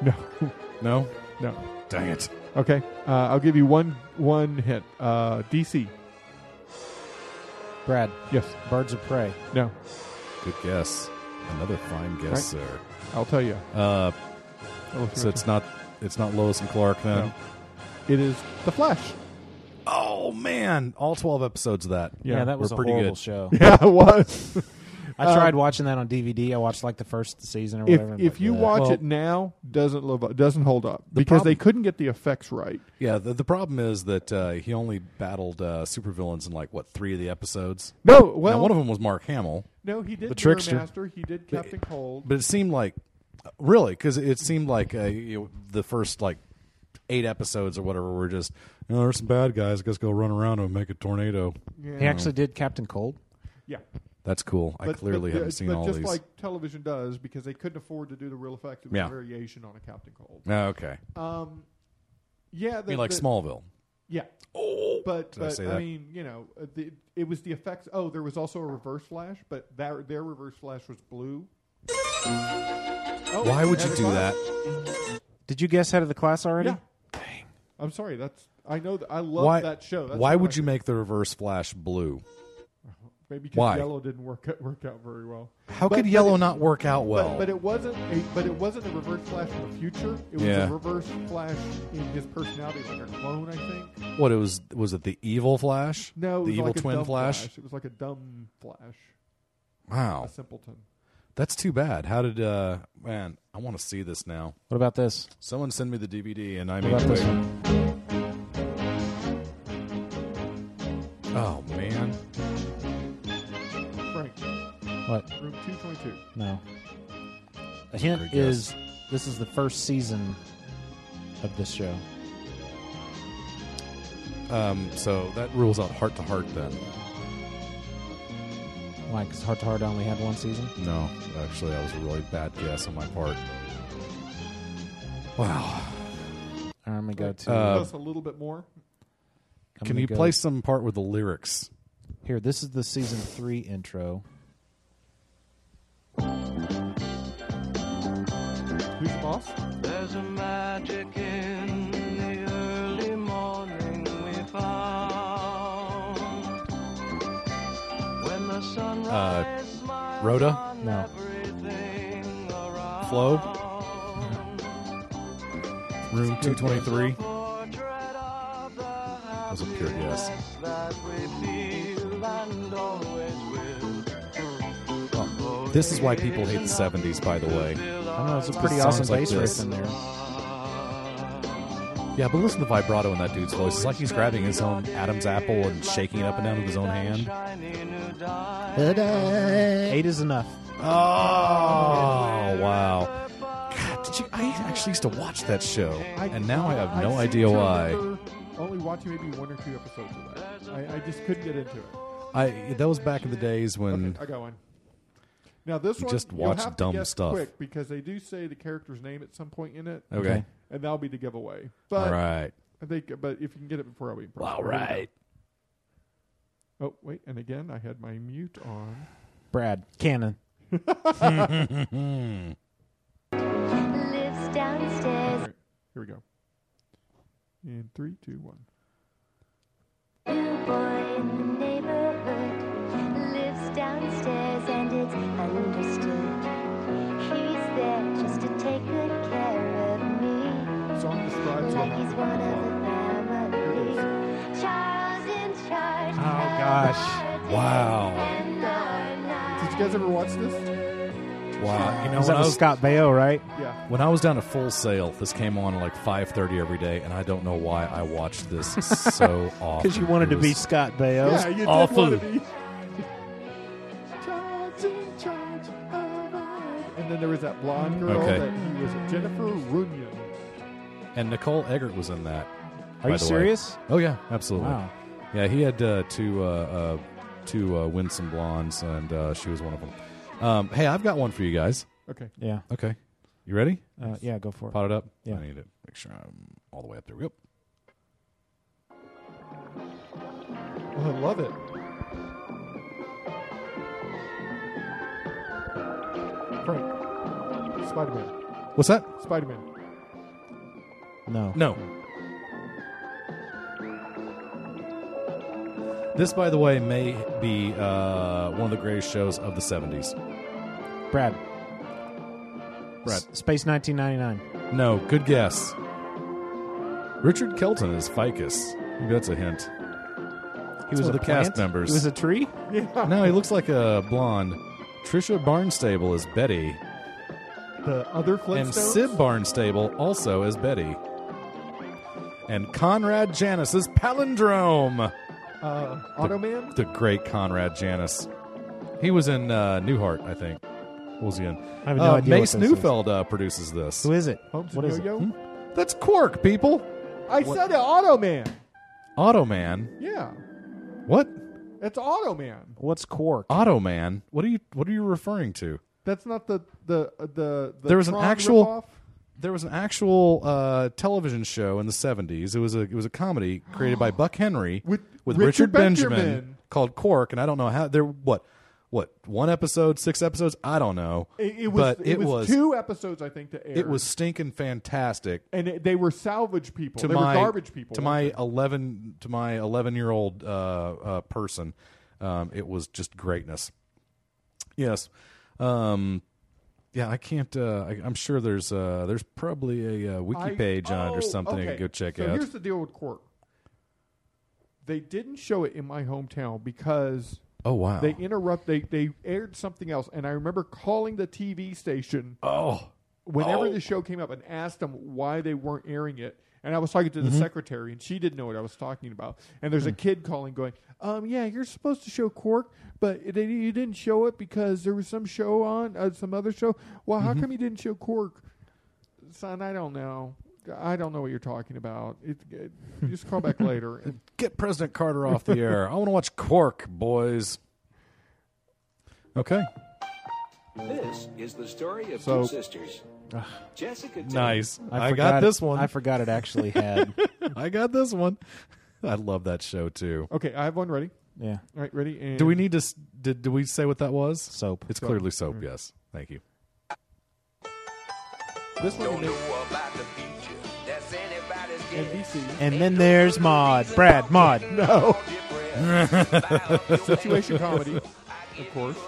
[SPEAKER 9] No.
[SPEAKER 8] No?
[SPEAKER 9] No.
[SPEAKER 8] Dang it.
[SPEAKER 9] Okay. Uh, I'll give you one one hit. Uh, DC.
[SPEAKER 10] Brad.
[SPEAKER 9] Yes.
[SPEAKER 10] Birds of Prey.
[SPEAKER 9] No.
[SPEAKER 8] Good guess. Another fine guess
[SPEAKER 9] Right.
[SPEAKER 8] there.
[SPEAKER 9] I'll tell you.
[SPEAKER 8] Uh,
[SPEAKER 9] I'll look
[SPEAKER 8] so
[SPEAKER 9] through
[SPEAKER 8] it's not it's not Lois and Clark then.
[SPEAKER 9] No. It is The Flash.
[SPEAKER 8] Oh man, all twelve episodes of that.
[SPEAKER 10] Yeah, that was
[SPEAKER 8] were
[SPEAKER 10] a
[SPEAKER 8] pretty
[SPEAKER 10] horrible
[SPEAKER 8] good.
[SPEAKER 10] show.
[SPEAKER 9] Yeah, it was.
[SPEAKER 10] I
[SPEAKER 9] Um,
[SPEAKER 10] tried watching that on DVD. I watched like the first season or
[SPEAKER 9] If,
[SPEAKER 10] whatever. and
[SPEAKER 9] if
[SPEAKER 10] like,
[SPEAKER 9] you
[SPEAKER 10] "Ugh."
[SPEAKER 9] watch
[SPEAKER 10] Well,
[SPEAKER 9] it now, doesn't live up, doesn't hold up because they couldn't get the effects right.
[SPEAKER 8] Yeah, the, the problem is that uh, he only battled uh, supervillains in like what three of the episodes.
[SPEAKER 9] No,
[SPEAKER 8] Now,
[SPEAKER 9] well-
[SPEAKER 8] one of them was Mark Hamill.
[SPEAKER 9] No, he did
[SPEAKER 8] the trickster.
[SPEAKER 9] Master. He did Captain Cold.
[SPEAKER 8] But it seemed like, really, because it seemed like uh, you know, the first like eight episodes or whatever were just you know, there's some bad guys. I guess go run around and make a tornado.
[SPEAKER 9] Yeah.
[SPEAKER 10] he actually did Captain Cold.
[SPEAKER 9] Yeah.
[SPEAKER 8] That's cool. I
[SPEAKER 9] But-
[SPEAKER 8] clearly
[SPEAKER 9] but,
[SPEAKER 8] haven't
[SPEAKER 9] uh,
[SPEAKER 8] seen
[SPEAKER 9] but
[SPEAKER 8] all
[SPEAKER 9] just
[SPEAKER 8] these.
[SPEAKER 9] like television does because they couldn't afford to do the real effects. It was
[SPEAKER 8] Yeah.
[SPEAKER 9] a variation on a Captain Cold.
[SPEAKER 8] Oh, okay.
[SPEAKER 9] Um, yeah,
[SPEAKER 8] I mean, like
[SPEAKER 9] the-
[SPEAKER 8] Smallville.
[SPEAKER 9] Yeah. Oh, but
[SPEAKER 8] Did I
[SPEAKER 9] but
[SPEAKER 8] say
[SPEAKER 9] I,
[SPEAKER 8] that?
[SPEAKER 9] mean, you know, uh, the, it was the effects. Oh, there was also a reverse flash, but that their reverse flash was blue. Oh,
[SPEAKER 8] Why would you
[SPEAKER 9] out of
[SPEAKER 8] do
[SPEAKER 9] class?
[SPEAKER 10] Did you guess head of the class already?
[SPEAKER 9] Yeah. I'm sorry. That's I know. That, I love
[SPEAKER 8] Why?
[SPEAKER 9] that show. That's
[SPEAKER 8] why
[SPEAKER 9] what
[SPEAKER 8] would
[SPEAKER 9] I
[SPEAKER 8] you
[SPEAKER 9] did.
[SPEAKER 8] make the Reverse Flash blue?
[SPEAKER 9] Maybe
[SPEAKER 8] why?
[SPEAKER 9] because yellow didn't work out, work out very well.
[SPEAKER 8] How
[SPEAKER 9] But-
[SPEAKER 8] could
[SPEAKER 9] but
[SPEAKER 8] yellow
[SPEAKER 9] it-
[SPEAKER 8] not work out
[SPEAKER 9] but-
[SPEAKER 8] well?
[SPEAKER 9] But, it wasn't. A, but it wasn't a reverse flash in the future. It was
[SPEAKER 8] Yeah.
[SPEAKER 9] a reverse flash in his personality, like a clone, I think.
[SPEAKER 8] What it was was it the evil Flash?
[SPEAKER 9] No, it
[SPEAKER 8] the
[SPEAKER 9] was
[SPEAKER 8] evil
[SPEAKER 9] like a
[SPEAKER 8] twin
[SPEAKER 9] dumb
[SPEAKER 8] Flash.
[SPEAKER 9] It was like a dumb flash.
[SPEAKER 8] Wow,
[SPEAKER 9] A simpleton.
[SPEAKER 8] that's too bad. How did uh man? I want to see this now.
[SPEAKER 10] What about this?
[SPEAKER 8] Someone send me the DVD, and I
[SPEAKER 10] What
[SPEAKER 8] mean,
[SPEAKER 10] about this
[SPEAKER 8] oh man,
[SPEAKER 9] Frank.
[SPEAKER 10] What?
[SPEAKER 9] Room two twenty two.
[SPEAKER 10] No. A hint
[SPEAKER 8] Good
[SPEAKER 10] is this is the first season of this show.
[SPEAKER 8] um, so that rules out heart to heart then.
[SPEAKER 10] Like, 'cause Heart to Heart only had one season.
[SPEAKER 8] No, actually, that was a really bad guess on my part. Wow.
[SPEAKER 10] I'm gonna go to.
[SPEAKER 9] Give us a little bit more.
[SPEAKER 10] I'm
[SPEAKER 8] Uh, Can
[SPEAKER 10] gonna
[SPEAKER 8] you
[SPEAKER 10] go-
[SPEAKER 8] play some part with the lyrics?
[SPEAKER 10] Here, this is the season three intro.
[SPEAKER 9] Who's the boss?
[SPEAKER 19] There's a magic in the early morning we found. When the sun
[SPEAKER 8] Uh, Rhoda?
[SPEAKER 10] No.
[SPEAKER 8] Flo? Room 223? That was a pure guess. Oh, This is why people hate the 70s, by the way.
[SPEAKER 10] I don't know, it's a
[SPEAKER 8] It
[SPEAKER 10] pretty
[SPEAKER 8] sounds
[SPEAKER 10] awesome
[SPEAKER 8] like
[SPEAKER 10] bass
[SPEAKER 8] this.
[SPEAKER 10] riff in there.
[SPEAKER 8] Yeah, but listen to the vibrato in that dude's voice. It's like he's grabbing his own Adam's apple and shaking it up and down with his own hand.
[SPEAKER 10] Eight is enough.
[SPEAKER 8] Oh wow! God, did you? I actually used to watch that show, and now I have no
[SPEAKER 9] seem
[SPEAKER 8] idea
[SPEAKER 9] to
[SPEAKER 8] why.
[SPEAKER 9] remember Only watching maybe one or two episodes of that. I, I just couldn't get into it.
[SPEAKER 8] I that was back in the days when
[SPEAKER 9] I got one. Now this
[SPEAKER 8] You
[SPEAKER 9] one,
[SPEAKER 8] just
[SPEAKER 9] you'll
[SPEAKER 8] watch
[SPEAKER 9] have to
[SPEAKER 8] dumb
[SPEAKER 9] guess
[SPEAKER 8] stuff.
[SPEAKER 9] quick because they do say the character's name at some point in it.
[SPEAKER 8] Okay.
[SPEAKER 9] and that'll be the giveaway. But
[SPEAKER 8] All right.
[SPEAKER 9] I think, but if you can get it before, I'll be impressed.
[SPEAKER 8] All right.
[SPEAKER 9] Oh wait, and again, I had my mute on.
[SPEAKER 10] Brad Cannon.
[SPEAKER 9] Here
[SPEAKER 19] lives downstairs.
[SPEAKER 9] we go. In three, two, one.
[SPEAKER 19] boy in the neighborhood lives downstairs and it's understood. He's there just to take good care of me. like he's one of the family. Charles in charge.
[SPEAKER 10] Oh gosh!
[SPEAKER 8] Wow!
[SPEAKER 9] Did you guys ever watch this?
[SPEAKER 8] Wow! You know
[SPEAKER 10] He's
[SPEAKER 8] when
[SPEAKER 10] up
[SPEAKER 8] I
[SPEAKER 10] with
[SPEAKER 8] was
[SPEAKER 10] Scott Baio, right?
[SPEAKER 9] Yeah.
[SPEAKER 8] when I was down at Full Sail, this came on at like five thirty every day, and I don't know why I watched this so often.
[SPEAKER 10] Because you wanted
[SPEAKER 8] It
[SPEAKER 10] to be
[SPEAKER 8] was
[SPEAKER 10] Scott Baio.
[SPEAKER 9] yeah, you did
[SPEAKER 8] awful.
[SPEAKER 9] want to be. Charles in charge of us. And then there was that blonde girl
[SPEAKER 8] Okay.
[SPEAKER 9] that he was Jennifer Runyon.
[SPEAKER 8] And Nicole Eggert was in that. by
[SPEAKER 10] Are you
[SPEAKER 8] the way.
[SPEAKER 10] serious?
[SPEAKER 8] Oh yeah, absolutely.
[SPEAKER 10] Wow.
[SPEAKER 8] Yeah, he had uh, two uh, uh, two uh, winsome blondes, and uh, she was one of them. Um, hey, I've got one for you guys.
[SPEAKER 9] Okay.
[SPEAKER 10] Yeah.
[SPEAKER 8] Okay. You ready?
[SPEAKER 10] Uh, yeah, go for it.
[SPEAKER 8] Pot it up.
[SPEAKER 10] Yeah.
[SPEAKER 8] I need to make sure I'm all the way up there. Yep.
[SPEAKER 9] Oh, I love it. Frank. Spider Man.
[SPEAKER 8] What's that?
[SPEAKER 9] Spider Man.
[SPEAKER 10] No.
[SPEAKER 8] No. This, by the way, may be uh, one of the greatest shows of the '70s.
[SPEAKER 10] Brad.
[SPEAKER 8] Brad.
[SPEAKER 10] S- Space 1999.
[SPEAKER 8] No, good guess. Richard Kelton is Ficus. Maybe that's a hint.
[SPEAKER 10] He
[SPEAKER 8] It's one
[SPEAKER 10] was a
[SPEAKER 8] of the cast
[SPEAKER 10] plant?
[SPEAKER 8] members.
[SPEAKER 10] He was a tree.
[SPEAKER 8] no, he looks like a blonde. Trisha Barnstable is Betty,
[SPEAKER 9] The other
[SPEAKER 8] and
[SPEAKER 9] Flintstones.
[SPEAKER 8] Sid Barnstable also is Betty, and Conrad Janis is Palindrome.
[SPEAKER 9] uh, Auto Man.
[SPEAKER 8] The great Conrad Janis. He was in uh, Newhart, I think. What was he in?
[SPEAKER 10] I have no
[SPEAKER 8] Uh,
[SPEAKER 10] idea what
[SPEAKER 8] Mace
[SPEAKER 10] this is.
[SPEAKER 8] Neufeld uh, produces this.
[SPEAKER 10] Who is it?
[SPEAKER 9] Holmes
[SPEAKER 10] What
[SPEAKER 9] and
[SPEAKER 10] is it? Hmm?
[SPEAKER 9] Yo-Yo.
[SPEAKER 8] Hmm? That's Quark, people.
[SPEAKER 9] I said it, Auto Man.
[SPEAKER 8] Automan.
[SPEAKER 9] Yeah,
[SPEAKER 8] What?
[SPEAKER 9] it's Auto Man.
[SPEAKER 10] What's Quark?
[SPEAKER 8] Automan. What are you? What are you referring to?
[SPEAKER 9] That's not the the uh, the. the
[SPEAKER 8] There was an
[SPEAKER 9] Tron
[SPEAKER 8] actual-
[SPEAKER 9] ripoff?
[SPEAKER 8] There was an actual uh, television show in the seventies. It was a it was a comedy created by Buck Henry
[SPEAKER 9] With Richard
[SPEAKER 8] Richard, Benjamin,
[SPEAKER 9] Benjamin.
[SPEAKER 8] called Cork, and I don't know how there what what one episode, six episodes, I don't know.
[SPEAKER 9] It, it was.
[SPEAKER 8] but it, was
[SPEAKER 9] two episodes, I think, to air.
[SPEAKER 8] it was stinking fantastic.
[SPEAKER 9] and it, they were salvage people.
[SPEAKER 8] To
[SPEAKER 9] they
[SPEAKER 8] my
[SPEAKER 9] were garbage people.
[SPEAKER 8] to my eleven to my eleven year old uh, uh, person, um, it was just greatness. Yes. Um, yeah, I can't. Uh, I, I'm sure there's uh, there's probably a uh, wiki
[SPEAKER 9] I-
[SPEAKER 8] page on it
[SPEAKER 9] oh,
[SPEAKER 8] or something. I
[SPEAKER 9] okay.
[SPEAKER 8] could go check
[SPEAKER 9] so
[SPEAKER 8] out.
[SPEAKER 9] Here's the deal with Quark. They didn't show it in my hometown because
[SPEAKER 8] Oh wow!
[SPEAKER 9] they interrupt. They they aired something else, and I remember calling the TV station
[SPEAKER 8] oh,
[SPEAKER 9] whenever
[SPEAKER 8] Oh.
[SPEAKER 9] the show came up and asked them why they weren't airing it. And I was talking to
[SPEAKER 8] Mm-hmm.
[SPEAKER 9] the secretary, and she didn't know what I was talking about. And there's a
[SPEAKER 8] Mm.
[SPEAKER 9] kid calling, going, "Um, yeah, you're supposed to show Quark, but it, it- you didn't show it because there was some show on, uh, some other show. Well,
[SPEAKER 8] Mm-hmm.
[SPEAKER 9] how come you didn't show Quark, son? I don't know. I don't know what you're talking about. It, it-
[SPEAKER 8] Hmm.
[SPEAKER 9] just call back later." And
[SPEAKER 8] get President Carter off the air. I want to watch Cork, boys. Okay,
[SPEAKER 20] This is the story of
[SPEAKER 8] So-
[SPEAKER 20] two sisters. Jessica Tate
[SPEAKER 8] nice. I,
[SPEAKER 10] forgot-
[SPEAKER 8] got this one.
[SPEAKER 10] I forgot it actually had.
[SPEAKER 8] I got this one. I love that show too.
[SPEAKER 9] okay, I have one ready.
[SPEAKER 10] yeah.
[SPEAKER 9] All right, ready? And
[SPEAKER 8] Do we need to? s- Did, did we say what that was?
[SPEAKER 10] Soap.
[SPEAKER 8] It's clearly soap. Yes. Thank you.
[SPEAKER 9] This one you
[SPEAKER 10] And then there's Maud. Brad, Maud.
[SPEAKER 9] No. Situation comedy, of course.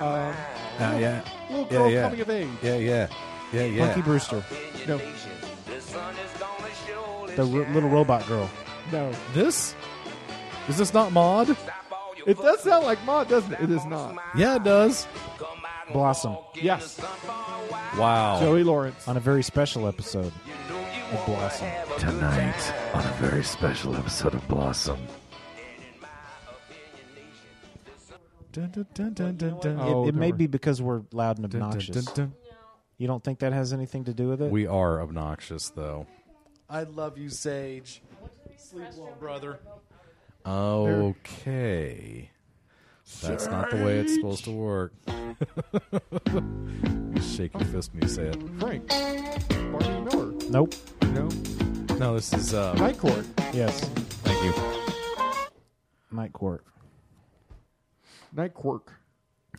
[SPEAKER 9] Um,
[SPEAKER 8] Ah, yeah.
[SPEAKER 9] Little
[SPEAKER 8] Yeah,
[SPEAKER 9] girl
[SPEAKER 8] yeah.
[SPEAKER 9] coming of age.
[SPEAKER 8] Yeah, yeah. Yeah, yeah.
[SPEAKER 10] Punky Brewster.
[SPEAKER 9] No.
[SPEAKER 10] The r- little robot girl.
[SPEAKER 9] No.
[SPEAKER 8] This? Is this not Maud?
[SPEAKER 9] It does sound like Maud, doesn't it? It is not.
[SPEAKER 8] Yeah, it does.
[SPEAKER 10] Blossom.
[SPEAKER 9] Yes.
[SPEAKER 8] Wow.
[SPEAKER 9] Joey Lawrence.
[SPEAKER 10] On a very special episode of Blossom.
[SPEAKER 21] Tonight, on a very special episode of Blossom.
[SPEAKER 8] Dun, dun, dun, dun, dun, Oh. dun.
[SPEAKER 10] it it may be because we're loud and
[SPEAKER 8] dun,
[SPEAKER 10] obnoxious.
[SPEAKER 8] dun, dun.
[SPEAKER 10] You don't think that has anything to do with it?
[SPEAKER 8] We are obnoxious, though.
[SPEAKER 22] I love you, Sage. Sleep well, brother.
[SPEAKER 8] Okay. That's not the way it's supposed to work. you shake your fist when you say it.
[SPEAKER 9] Frank. Barney Miller.
[SPEAKER 10] Nope.
[SPEAKER 9] No.
[SPEAKER 8] No, this is uh,
[SPEAKER 9] Night Court.
[SPEAKER 10] Yes.
[SPEAKER 8] Thank you.
[SPEAKER 10] Night Court.
[SPEAKER 9] Night Quirk.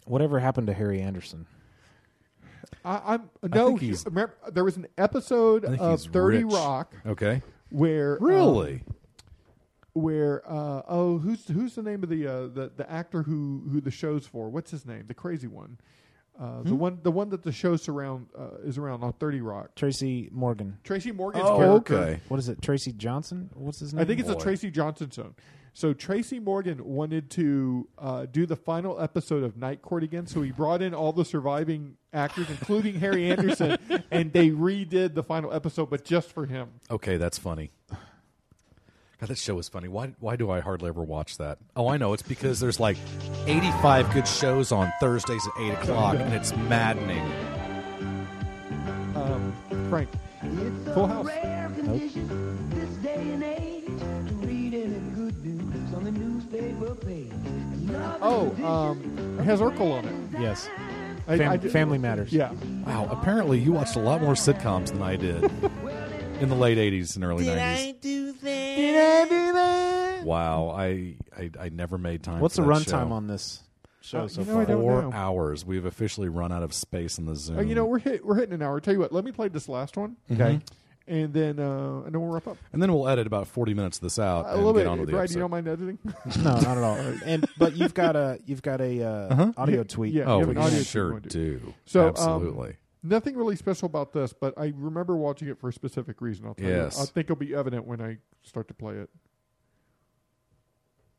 [SPEAKER 10] Whatever happened to Harry Anderson?
[SPEAKER 9] I, I'm no.
[SPEAKER 8] think he's-
[SPEAKER 9] remember, there was an episode
[SPEAKER 8] I think
[SPEAKER 9] of
[SPEAKER 8] he's
[SPEAKER 9] Thirty
[SPEAKER 8] rich.
[SPEAKER 9] Rock
[SPEAKER 8] Okay.
[SPEAKER 9] where um,
[SPEAKER 8] Really?
[SPEAKER 9] where uh, oh who's who's the name of the, uh, the the actor who who the show's for? What's his name? The crazy one. Uh, The one, the one that the show surround uh, is around on Thirty Rock.
[SPEAKER 10] Tracy Morgan.
[SPEAKER 9] Tracy Morgan's
[SPEAKER 10] Oh,
[SPEAKER 9] character.
[SPEAKER 10] What is it? Tracy Johnson? What's his name?
[SPEAKER 9] Oh, I think it's a Tracy Johnson song. So Tracy Morgan wanted to uh, do the final episode of Night Court again, so he brought in all the surviving actors, including Harry Anderson, and they redid the final episode, but just for him.
[SPEAKER 8] Okay, that's funny. God, that show is funny. Why, why do I hardly ever watch that? Oh, I know. It's because there's like 85 good shows on Thursdays at 8 o'clock, and it's maddening.
[SPEAKER 9] Um, Frank, Full House. Oh, um, it has Urkel on it.
[SPEAKER 10] Yes.
[SPEAKER 9] I-
[SPEAKER 10] Fam-
[SPEAKER 9] I did-
[SPEAKER 10] Family Matters.
[SPEAKER 9] Yeah.
[SPEAKER 8] Wow, apparently you watched a lot more sitcoms than I did in the late 80s and early 90s.
[SPEAKER 10] do that?
[SPEAKER 9] Did I do that?
[SPEAKER 8] Wow, I, I I never made time.
[SPEAKER 10] What's
[SPEAKER 8] for
[SPEAKER 10] the
[SPEAKER 8] that
[SPEAKER 10] runtime
[SPEAKER 8] show.
[SPEAKER 10] on this show
[SPEAKER 9] Uh,
[SPEAKER 10] so
[SPEAKER 9] you know, I
[SPEAKER 10] far?
[SPEAKER 9] don't
[SPEAKER 8] Four
[SPEAKER 9] know.
[SPEAKER 8] hours. We've officially run out of space in the Zoom.
[SPEAKER 9] Oh, you know we're hit, we're hitting an hour. Tell you what, let me play this last one,
[SPEAKER 8] Okay.
[SPEAKER 9] and then uh, and then we'll wrap up.
[SPEAKER 8] and then we'll edit about forty minutes of this out
[SPEAKER 9] A
[SPEAKER 8] and
[SPEAKER 9] little
[SPEAKER 8] get
[SPEAKER 9] bit,
[SPEAKER 8] on with the
[SPEAKER 9] Brad.
[SPEAKER 8] episode.
[SPEAKER 9] You don't mind editing?
[SPEAKER 10] No, not at all. And but you've got a you've got a uh, audio tweet.
[SPEAKER 9] Uh-huh. Yeah, you
[SPEAKER 8] oh,
[SPEAKER 9] have an audio
[SPEAKER 8] we
[SPEAKER 9] tweet
[SPEAKER 8] sure
[SPEAKER 9] going to.
[SPEAKER 8] do.
[SPEAKER 9] So um,
[SPEAKER 8] absolutely.
[SPEAKER 9] nothing really special about this, but I remember watching it for a specific reason. I'll tell
[SPEAKER 8] Yes.
[SPEAKER 9] you. I think it'll be evident when I start to play it.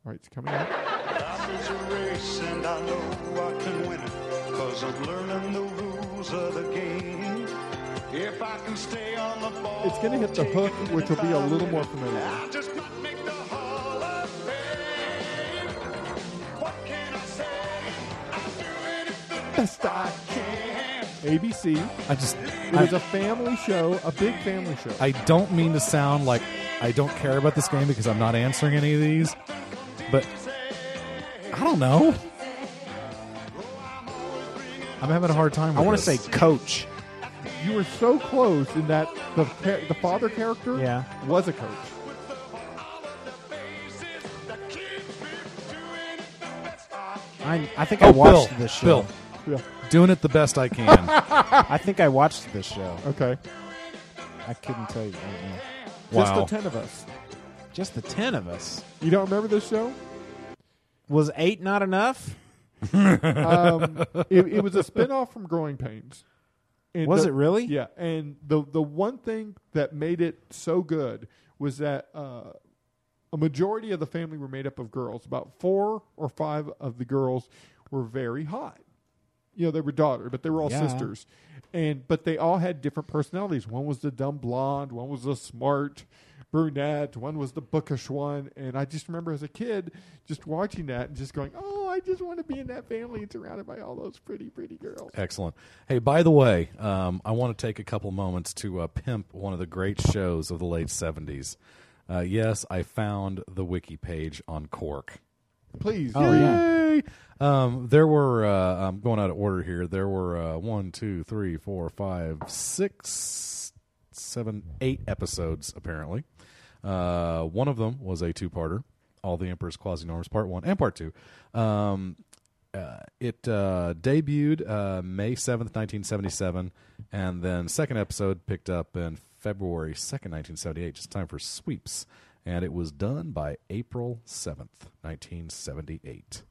[SPEAKER 9] All right, it's coming up.
[SPEAKER 20] Life is a race and I know I can win it Cause I'm learning the rules of the game If I can stay on the ball
[SPEAKER 9] It's going to hit the hook, which will be a little more familiar.
[SPEAKER 20] I just might make the Hall of Fame What can I say? I'm doing it the
[SPEAKER 9] best I
[SPEAKER 20] can
[SPEAKER 9] ABC.
[SPEAKER 8] I just
[SPEAKER 9] It
[SPEAKER 8] I-
[SPEAKER 9] was a family show, a big family show.
[SPEAKER 8] I don't mean to sound like I don't care about this game because I'm not answering any of these, but I don't know. I'm having a hard time.
[SPEAKER 10] I
[SPEAKER 8] with
[SPEAKER 10] want to
[SPEAKER 8] this.
[SPEAKER 10] say coach.
[SPEAKER 9] you were so close in that the pa- the father character
[SPEAKER 10] Yeah.
[SPEAKER 9] was a coach.
[SPEAKER 10] I I think
[SPEAKER 8] Oh,
[SPEAKER 10] I watched
[SPEAKER 8] Bill,
[SPEAKER 10] this show.
[SPEAKER 8] Bill. doing it the best I can.
[SPEAKER 10] I think I watched this show.
[SPEAKER 9] Okay.
[SPEAKER 10] I couldn't tell you. I don't know.
[SPEAKER 9] Just
[SPEAKER 8] Wow.
[SPEAKER 9] the ten of us.
[SPEAKER 10] Just the ten of us.
[SPEAKER 9] You don't remember this show?
[SPEAKER 10] Was eight not enough?
[SPEAKER 9] um, it, it was a spinoff from Growing Pains. And
[SPEAKER 10] Was
[SPEAKER 9] the-
[SPEAKER 10] it really?
[SPEAKER 9] Yeah. And the the one thing that made it so good was that uh, a majority of the family were made up of girls. About four or five of the girls were very hot. You know, they were daughter, but they were all
[SPEAKER 10] Yeah.
[SPEAKER 9] sisters, and but they all had different personalities. One was the dumb blonde. One was the smart brunette. One was the bookish one. And I just remember as a kid just watching that and just going, "Oh, I just want to be in that family and surrounded by all those pretty, pretty girls."
[SPEAKER 8] Excellent. Hey, by the way, um, I want to take a couple moments to uh, pimp one of the great shows of the late 70s. Uh, yes, I found the wiki page on Cork.
[SPEAKER 9] Please,
[SPEAKER 10] Oh, yeah.
[SPEAKER 8] Yay! Um, there were, uh, I'm going out of order here, there were uh, one, two, three, four, five, six, seven, eight episodes, apparently. Uh, one of them was a two parter All the Emperor's Quasi Norms, Part 1 and Part 2. Um, uh, it uh, debuted uh, May 7th, 1977, and then second episode picked up in February 2nd, 1978, just in time for sweeps. And it was done by April 7th, 1978.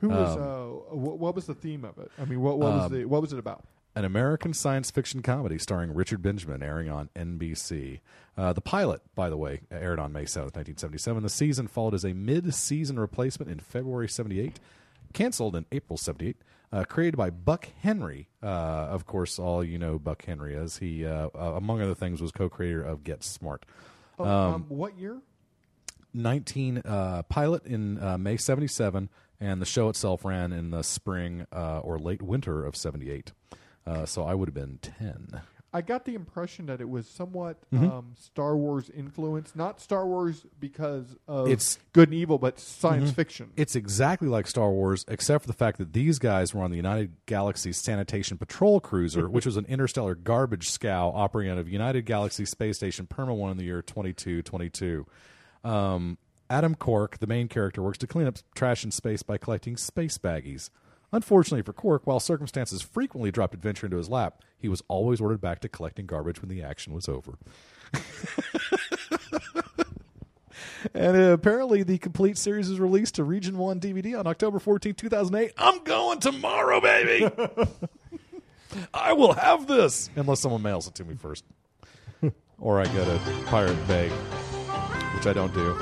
[SPEAKER 9] Who was?
[SPEAKER 8] Um,
[SPEAKER 9] uh, what, what was the theme of it? I mean, what, what was
[SPEAKER 8] Um,
[SPEAKER 9] the what was it about?
[SPEAKER 8] an American science fiction comedy starring Richard Benjamin, airing on NBC. Uh, the pilot, by the way, aired on May 7th, 1977. The season followed as a mid season replacement in February 78, canceled in April 78, uh, created by Buck Henry. Uh, of course, all you know Buck Henry is. He, uh, uh, among other things, was co creator of Get Smart.
[SPEAKER 9] Oh, um, what year?
[SPEAKER 8] 19 uh, pilot in uh, May 77, and the show itself ran in the spring uh, or late winter of 78. Uh, so I would have been 10.
[SPEAKER 9] I got the impression that it was somewhat
[SPEAKER 8] Mhm.
[SPEAKER 9] um, Star Wars influence, not Star Wars because of
[SPEAKER 8] It's-
[SPEAKER 9] good and evil, but science
[SPEAKER 8] Mhm.
[SPEAKER 9] fiction.
[SPEAKER 8] It's exactly like Star Wars, except for the fact that these guys were on the United Galaxy Sanitation Patrol Cruiser, which was an interstellar garbage scow operating out of United Galaxy Space Station Perma 1 in the year 2222. Um, Adam Cork, the main character, works to clean up trash in space by collecting space baggies. Unfortunately for Cork, while circumstances frequently dropped adventure into his lap, he was always ordered back to collecting garbage when the action was over. And uh, apparently, the complete series was released to Region 1 DVD on October 14, 2008. I'm going tomorrow, baby! I will have this! Unless someone mails it to me first. or I go to Pirate Bay, which I don't do.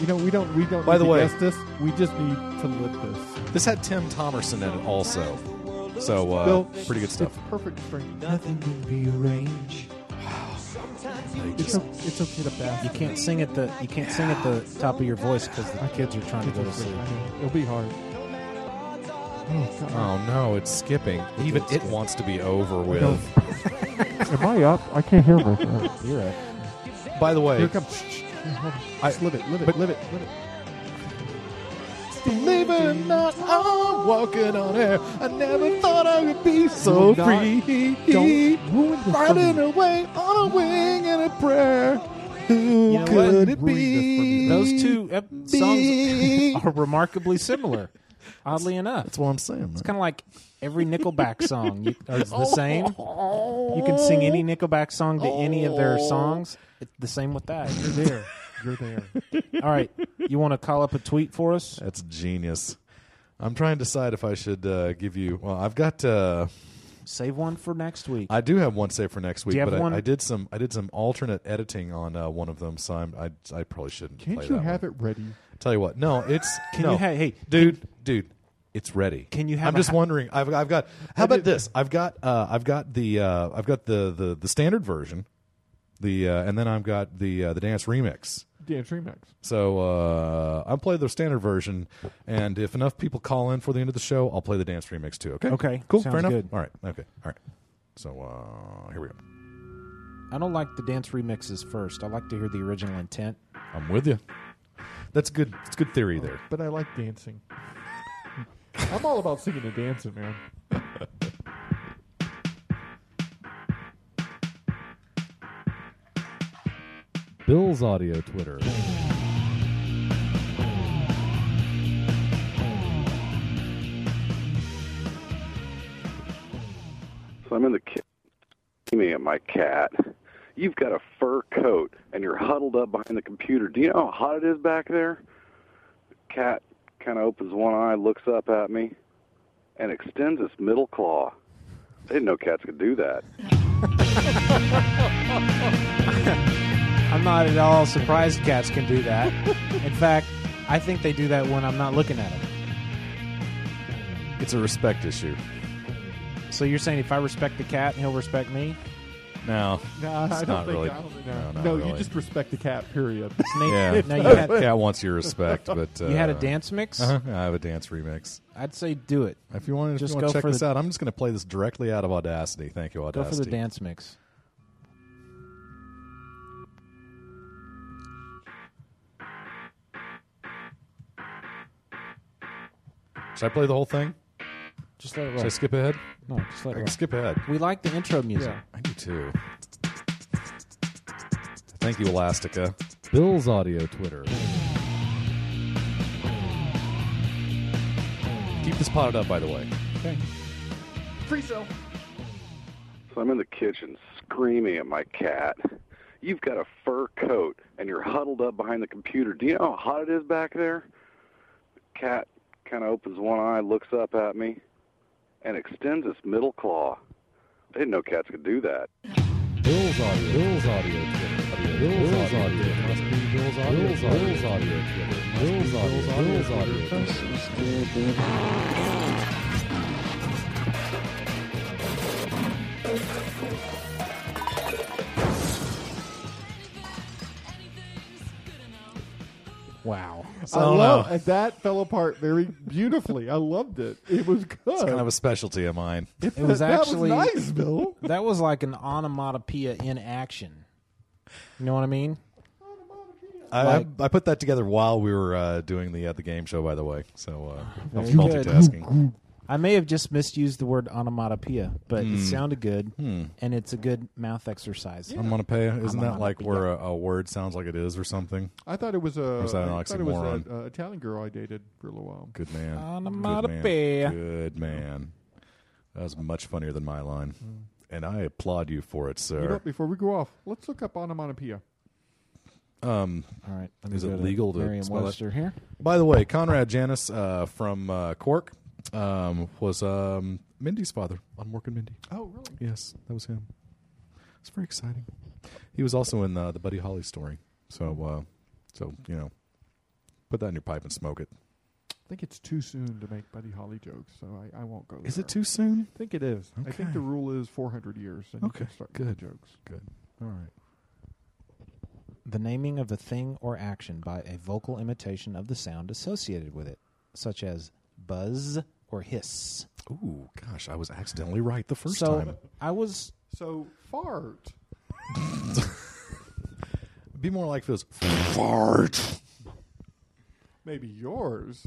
[SPEAKER 9] You know, we don't we don't.
[SPEAKER 8] By
[SPEAKER 9] need
[SPEAKER 8] the
[SPEAKER 9] to
[SPEAKER 8] way-
[SPEAKER 9] guess this we just need to live this.
[SPEAKER 8] This had Tim Thomerson in it also. So, uh,
[SPEAKER 9] Bill,
[SPEAKER 8] pretty good stuff.
[SPEAKER 9] It's perfect strength.
[SPEAKER 10] Nothing can be arranged.
[SPEAKER 9] It's, o- it's okay to bath.
[SPEAKER 10] You can't sing at the you can't sing at the top of your voice because the kids are trying to go to sleep.
[SPEAKER 9] It'll be hard. Oh, God.
[SPEAKER 8] Oh no, it's skipping. Even it wants to be over with.
[SPEAKER 9] Am I up? I can't hear myself.
[SPEAKER 10] You're right.
[SPEAKER 8] By the
[SPEAKER 9] Here
[SPEAKER 8] way,
[SPEAKER 9] it comes. Shh, shh, yeah, hold on.
[SPEAKER 8] I-
[SPEAKER 9] Just live it, live it,
[SPEAKER 8] but-
[SPEAKER 9] live it, live it.
[SPEAKER 8] Believe it or not, I'm walking on air. I never thought I would be so
[SPEAKER 9] Do not-
[SPEAKER 8] free.
[SPEAKER 9] don't ruin the
[SPEAKER 8] Riding
[SPEAKER 9] song.
[SPEAKER 8] away on a wing and a prayer. Who
[SPEAKER 10] You know what?
[SPEAKER 8] could it
[SPEAKER 10] Ruin
[SPEAKER 8] be?
[SPEAKER 10] Those two ep-
[SPEAKER 8] Be-
[SPEAKER 10] songs are remarkably similar. Oddly enough,
[SPEAKER 8] That's what I'm saying.
[SPEAKER 10] it's
[SPEAKER 8] man.
[SPEAKER 10] kind of like every Nickelback song you, is
[SPEAKER 8] Oh.
[SPEAKER 10] the same. You can sing any Nickelback song to any of
[SPEAKER 8] Oh.
[SPEAKER 10] their songs. It's the same with that. You're there.
[SPEAKER 9] You're there.
[SPEAKER 10] All right, you want to call up a tweet for us?
[SPEAKER 8] That's genius. I'm trying to decide if I should uh, give you. Well, I've got. Uh,
[SPEAKER 10] Save one for next week.
[SPEAKER 8] I do have one saved for next
[SPEAKER 10] Do
[SPEAKER 8] week,
[SPEAKER 10] you have
[SPEAKER 8] but
[SPEAKER 10] one?
[SPEAKER 8] I, I did some. I did some alternate editing on uh, one of them, so I'm, I I probably shouldn't.
[SPEAKER 9] Can't
[SPEAKER 8] play
[SPEAKER 9] you
[SPEAKER 8] that
[SPEAKER 9] have
[SPEAKER 8] one.
[SPEAKER 9] it ready?
[SPEAKER 8] Tell you what, no, it's
[SPEAKER 10] Can
[SPEAKER 8] no.
[SPEAKER 10] you ha- hey,
[SPEAKER 8] dude, dude, it's ready.
[SPEAKER 10] Can you
[SPEAKER 8] I'm
[SPEAKER 10] have a
[SPEAKER 8] just
[SPEAKER 10] ha-
[SPEAKER 8] wondering. I've I've got. How about this? I've got uh, I've got the uh, I've got the, the the standard version, the uh, and then I've got the uh, the dance remix.
[SPEAKER 9] Dance remix.
[SPEAKER 8] So uh, I'll play the standard version, and if enough people call in for the end of the show, I'll play the dance remix too. Okay.
[SPEAKER 10] Okay,
[SPEAKER 8] Cool.
[SPEAKER 10] sounds
[SPEAKER 8] Fair enough.
[SPEAKER 10] good.
[SPEAKER 8] All right. Okay. All right. So uh, here we go.
[SPEAKER 10] I don't like the dance remixes first. I like to hear the original intent.
[SPEAKER 8] I'm with you. That's good. It's good theory there.
[SPEAKER 9] But I like dancing. I'm all about singing and dancing, man.
[SPEAKER 8] Bill's audio Twitter.
[SPEAKER 23] So I'm in the kitchen aiming at my cat. You've got a fur coat and you're huddled up behind the computer. Do you know how hot it is back there? Cat kind of opens one eye, looks up at me, and extends its middle claw. I didn't know cats could do that.
[SPEAKER 10] I'm not at all surprised cats can do that. In fact, I think they do that when I'm not looking at them.
[SPEAKER 8] It's a respect issue.
[SPEAKER 10] So you're saying if I respect the cat, he'll respect me?
[SPEAKER 8] No,
[SPEAKER 9] No, I
[SPEAKER 8] it's
[SPEAKER 9] don't
[SPEAKER 8] not
[SPEAKER 9] think
[SPEAKER 8] really.
[SPEAKER 9] I don't-
[SPEAKER 8] no,
[SPEAKER 9] no,
[SPEAKER 8] not
[SPEAKER 9] No, you
[SPEAKER 8] really.
[SPEAKER 9] just respect the cat. Period.
[SPEAKER 8] Yeah,
[SPEAKER 10] Now you had-
[SPEAKER 8] cat wants your respect, but uh,
[SPEAKER 10] You had a dance mix?
[SPEAKER 8] Uh-huh. yeah, I have a dance remix.
[SPEAKER 10] I'd say do it.
[SPEAKER 8] If you want to just
[SPEAKER 10] Just
[SPEAKER 8] want
[SPEAKER 10] go
[SPEAKER 8] to check
[SPEAKER 10] for
[SPEAKER 8] this
[SPEAKER 10] the-
[SPEAKER 8] out, I'm just going to play this directly out of Audacity. Thank you,
[SPEAKER 10] Go
[SPEAKER 8] Audacity.
[SPEAKER 10] for the dance mix.
[SPEAKER 8] Should I play the whole thing?
[SPEAKER 10] Just let it roll.
[SPEAKER 8] Should I skip ahead?
[SPEAKER 10] No, just let
[SPEAKER 8] I
[SPEAKER 10] it
[SPEAKER 8] can
[SPEAKER 10] roll.
[SPEAKER 8] skip ahead.
[SPEAKER 10] We like the intro music.
[SPEAKER 9] Yeah.
[SPEAKER 8] I do too. Thank you, Elastica. Bill's audio Twitter. Keep this potted up, by the way.
[SPEAKER 9] Okay. Free cell.
[SPEAKER 23] So I'm in the kitchen screaming at my cat. You've got a fur coat and you're huddled up behind the computer. Do you know how hot it is back there? Cat kind of opens one eye, looks up at me, and extends its middle claw. I didn't know cats could do that.
[SPEAKER 8] Bill's audio. Bill's audio. Bill's audio. Must be Bill's audio. Bill's audio. Bill's audio. Bill's audio. Bill's audio.
[SPEAKER 10] Wow.
[SPEAKER 9] I, love and that fell apart very beautifully. I loved it. It was good.
[SPEAKER 8] It's kind of a specialty of mine.
[SPEAKER 10] It was
[SPEAKER 9] That was
[SPEAKER 10] actually
[SPEAKER 9] nice, Bill.
[SPEAKER 10] That was like an onomatopoeia in action. You know what I mean?
[SPEAKER 8] I,
[SPEAKER 10] Like-
[SPEAKER 8] I put that together while we were uh, doing the uh, the game show, by the way. So uh, I was
[SPEAKER 10] Very good.
[SPEAKER 8] multitasking.
[SPEAKER 10] I may have just misused the word onomatopoeia, but it
[SPEAKER 8] Hmm.
[SPEAKER 10] sounded good,
[SPEAKER 8] Hmm.
[SPEAKER 10] and it's a good mouth exercise.
[SPEAKER 8] I'm on a pay. Isn't that like
[SPEAKER 10] Onomatopoeia.
[SPEAKER 8] where a, a word sounds like it is or something?
[SPEAKER 9] I thought it was a.
[SPEAKER 8] Or is that an
[SPEAKER 9] I thought it was
[SPEAKER 8] oxymoron?
[SPEAKER 9] a, a Italian girl I dated for a little while.
[SPEAKER 8] Good man.
[SPEAKER 10] Onomatopoeia.
[SPEAKER 8] Good man. Good man. That was much funnier than my line, and I applaud Mm. you for it,
[SPEAKER 9] You know,
[SPEAKER 8] sir.
[SPEAKER 9] before we go off, let's look up onomatopoeia.
[SPEAKER 8] Um,
[SPEAKER 10] All right. let me
[SPEAKER 8] is
[SPEAKER 10] go
[SPEAKER 8] it
[SPEAKER 10] to
[SPEAKER 8] legal to spell
[SPEAKER 10] Merriam-Webster
[SPEAKER 8] it?
[SPEAKER 10] here?
[SPEAKER 8] By the way, Conrad Janis uh, from uh, Cork um, was um, Mindy's father on Mork and Mindy.
[SPEAKER 9] Oh, really?
[SPEAKER 8] Yes, that was him. It's very exciting. He was also in uh, the Buddy Holly story. So, uh, so you know, put that in your pipe and smoke it.
[SPEAKER 9] I think it's too soon to make Buddy Holly jokes, so I, I won't go there.
[SPEAKER 8] Is it too soon?
[SPEAKER 9] I think it is. I
[SPEAKER 8] Okay.
[SPEAKER 9] think the rule is 400 years, and you
[SPEAKER 8] Okay,
[SPEAKER 9] can start
[SPEAKER 8] good.
[SPEAKER 9] making jokes.
[SPEAKER 8] Good. All right.
[SPEAKER 10] The naming of a thing or action by a vocal imitation of the sound associated with it, such as buzz or hiss.
[SPEAKER 8] Ooh, gosh, I was accidentally right the first
[SPEAKER 10] so
[SPEAKER 8] time.
[SPEAKER 10] I was
[SPEAKER 9] So fart.
[SPEAKER 8] Be more like this. Fart.
[SPEAKER 9] Maybe yours.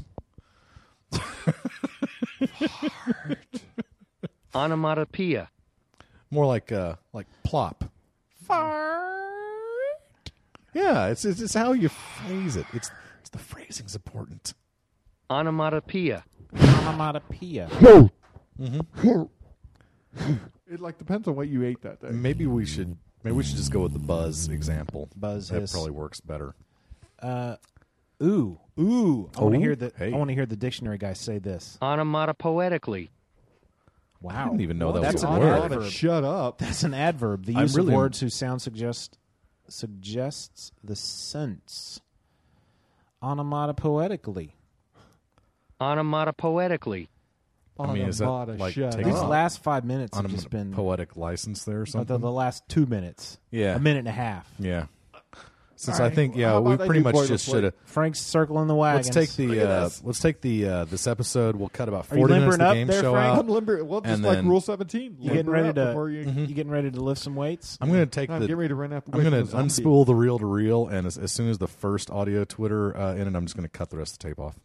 [SPEAKER 14] Onomatopoeia.
[SPEAKER 8] More like uh, like plop. Yeah, it's, it's it's how you phrase it. It's it's the phrasing's important.
[SPEAKER 14] Onomatopoeia.
[SPEAKER 10] onomatopoeia.
[SPEAKER 9] It like depends on what you ate that day.
[SPEAKER 8] Maybe we should maybe we should just go with the buzz example.
[SPEAKER 10] Buzz
[SPEAKER 8] that
[SPEAKER 10] hiss.
[SPEAKER 8] probably works better.
[SPEAKER 10] Uh, ooh, ooh. I want
[SPEAKER 8] Ooh,
[SPEAKER 10] to hear the.
[SPEAKER 8] Oh, hey.
[SPEAKER 10] I want to hear the dictionary guy say this.
[SPEAKER 14] Onomatopoetically.
[SPEAKER 10] Wow,
[SPEAKER 8] didn't even know that
[SPEAKER 10] that's
[SPEAKER 8] was a
[SPEAKER 10] an
[SPEAKER 8] word.
[SPEAKER 10] adverb.
[SPEAKER 9] Shut up.
[SPEAKER 10] That's an adverb. The
[SPEAKER 8] I'm
[SPEAKER 10] use
[SPEAKER 8] really-
[SPEAKER 10] of words whose sound suggest suggests the sense. Onomatopoetically.
[SPEAKER 14] Onomatopoetically.
[SPEAKER 8] I mean, is that like taking
[SPEAKER 10] These last five minutes have
[SPEAKER 8] on
[SPEAKER 10] just been
[SPEAKER 8] poetic license there or
[SPEAKER 10] uh, the,
[SPEAKER 8] something?
[SPEAKER 10] the last two minutes.
[SPEAKER 8] Yeah.
[SPEAKER 10] a minute and a half.
[SPEAKER 8] yeah. Since
[SPEAKER 9] All
[SPEAKER 8] I
[SPEAKER 9] right,
[SPEAKER 8] think yeah,
[SPEAKER 9] how
[SPEAKER 8] we
[SPEAKER 9] about I
[SPEAKER 8] pretty
[SPEAKER 9] do
[SPEAKER 8] much just
[SPEAKER 9] boilerplate?
[SPEAKER 8] should have
[SPEAKER 10] Frank's circling the wagon.
[SPEAKER 8] Let's take
[SPEAKER 9] Look
[SPEAKER 8] the
[SPEAKER 9] at
[SPEAKER 8] uh,
[SPEAKER 9] this.
[SPEAKER 8] let's take the uh, this episode. We'll cut about
[SPEAKER 10] Are you
[SPEAKER 8] forty minutes of
[SPEAKER 10] limbering
[SPEAKER 8] the
[SPEAKER 10] up
[SPEAKER 8] game
[SPEAKER 10] there,
[SPEAKER 8] show
[SPEAKER 10] Frank?
[SPEAKER 8] out.
[SPEAKER 9] I'm limber. Well, just
[SPEAKER 8] and
[SPEAKER 9] like
[SPEAKER 8] then
[SPEAKER 9] Rule 17.
[SPEAKER 10] You getting
[SPEAKER 9] limber
[SPEAKER 10] ready
[SPEAKER 9] up
[SPEAKER 10] to-
[SPEAKER 9] before you-
[SPEAKER 10] You getting ready to lift some weights?
[SPEAKER 8] I'm going to take
[SPEAKER 9] I'm
[SPEAKER 8] Mm-hmm. the.
[SPEAKER 9] getting ready to run out the
[SPEAKER 8] I'm
[SPEAKER 9] way
[SPEAKER 8] going
[SPEAKER 9] for
[SPEAKER 8] to
[SPEAKER 9] the zombie.
[SPEAKER 8] unspool the reel to reel, and as, as soon as the first audio Twitter uh, ended, I'm just going to cut the rest of the tape off.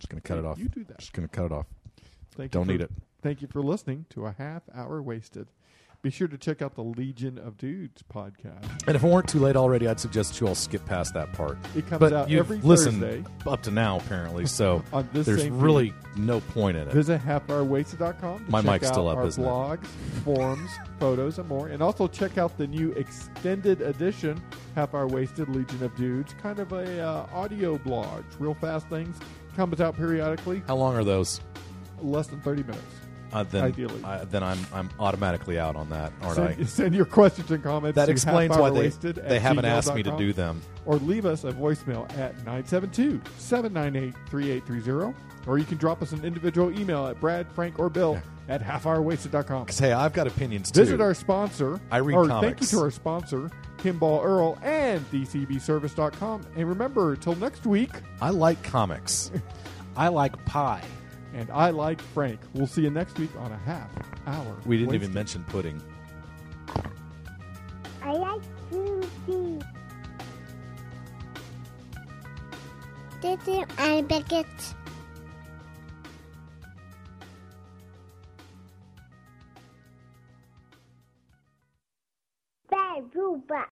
[SPEAKER 8] Just going to cut it off.
[SPEAKER 9] You do that.
[SPEAKER 8] Just going to cut it off.
[SPEAKER 9] Thank you
[SPEAKER 8] Don't
[SPEAKER 9] for-
[SPEAKER 8] need it.
[SPEAKER 9] Thank you for listening to a half hour wasted. Be sure to check out the Legion of Dudes podcast.
[SPEAKER 8] And if it weren't too late already, I'd suggest that you all skip past that part.
[SPEAKER 9] It comes
[SPEAKER 8] but
[SPEAKER 9] out
[SPEAKER 8] you've
[SPEAKER 9] every
[SPEAKER 8] listened
[SPEAKER 9] Thursday.
[SPEAKER 8] up to now, apparently, so
[SPEAKER 9] On this
[SPEAKER 8] there's
[SPEAKER 9] same feed.
[SPEAKER 8] really no point in it.
[SPEAKER 9] Visit halfhourwasted.com. to
[SPEAKER 8] My
[SPEAKER 9] check
[SPEAKER 8] mic's
[SPEAKER 9] out
[SPEAKER 8] still up,
[SPEAKER 9] our
[SPEAKER 8] isn't it?
[SPEAKER 9] blogs, forums, photos, and more. And also check out the new extended edition, Half Hour Wasted Legion of Dudes, kind of a uh, audio blog. Real fast things comes out periodically,
[SPEAKER 8] How long are those?
[SPEAKER 9] less than thirty minutes.
[SPEAKER 8] Uh, then,
[SPEAKER 9] Ideally.
[SPEAKER 8] I- then I'm I'm automatically out on that, aren't I?
[SPEAKER 9] Send, send your questions and comments.
[SPEAKER 8] That
[SPEAKER 9] to
[SPEAKER 8] explains why they-
[SPEAKER 9] halfhourwasted at
[SPEAKER 8] they haven't asked me to
[SPEAKER 9] gmail.com.
[SPEAKER 8] do them.
[SPEAKER 9] Or leave us a voicemail at 972 798 3830. Or you can drop us an individual email at Brad, Frank, or Bill at halfhourwasted.com.
[SPEAKER 8] 'Cause, hey, I've got opinions too.
[SPEAKER 9] Visit our sponsor.
[SPEAKER 8] I read
[SPEAKER 9] or
[SPEAKER 8] comics.
[SPEAKER 9] Thank you to our sponsor, Kimball Earl and DCBService.com. And remember, till next week,
[SPEAKER 8] I like comics. Mm-hmm.
[SPEAKER 10] I like pie.
[SPEAKER 9] and I like Frank. We'll see you next week on a half hour.
[SPEAKER 8] We didn't
[SPEAKER 9] Wasted.
[SPEAKER 8] even mention pudding.
[SPEAKER 18] I like Susie. This is I Beckett. Bad robot.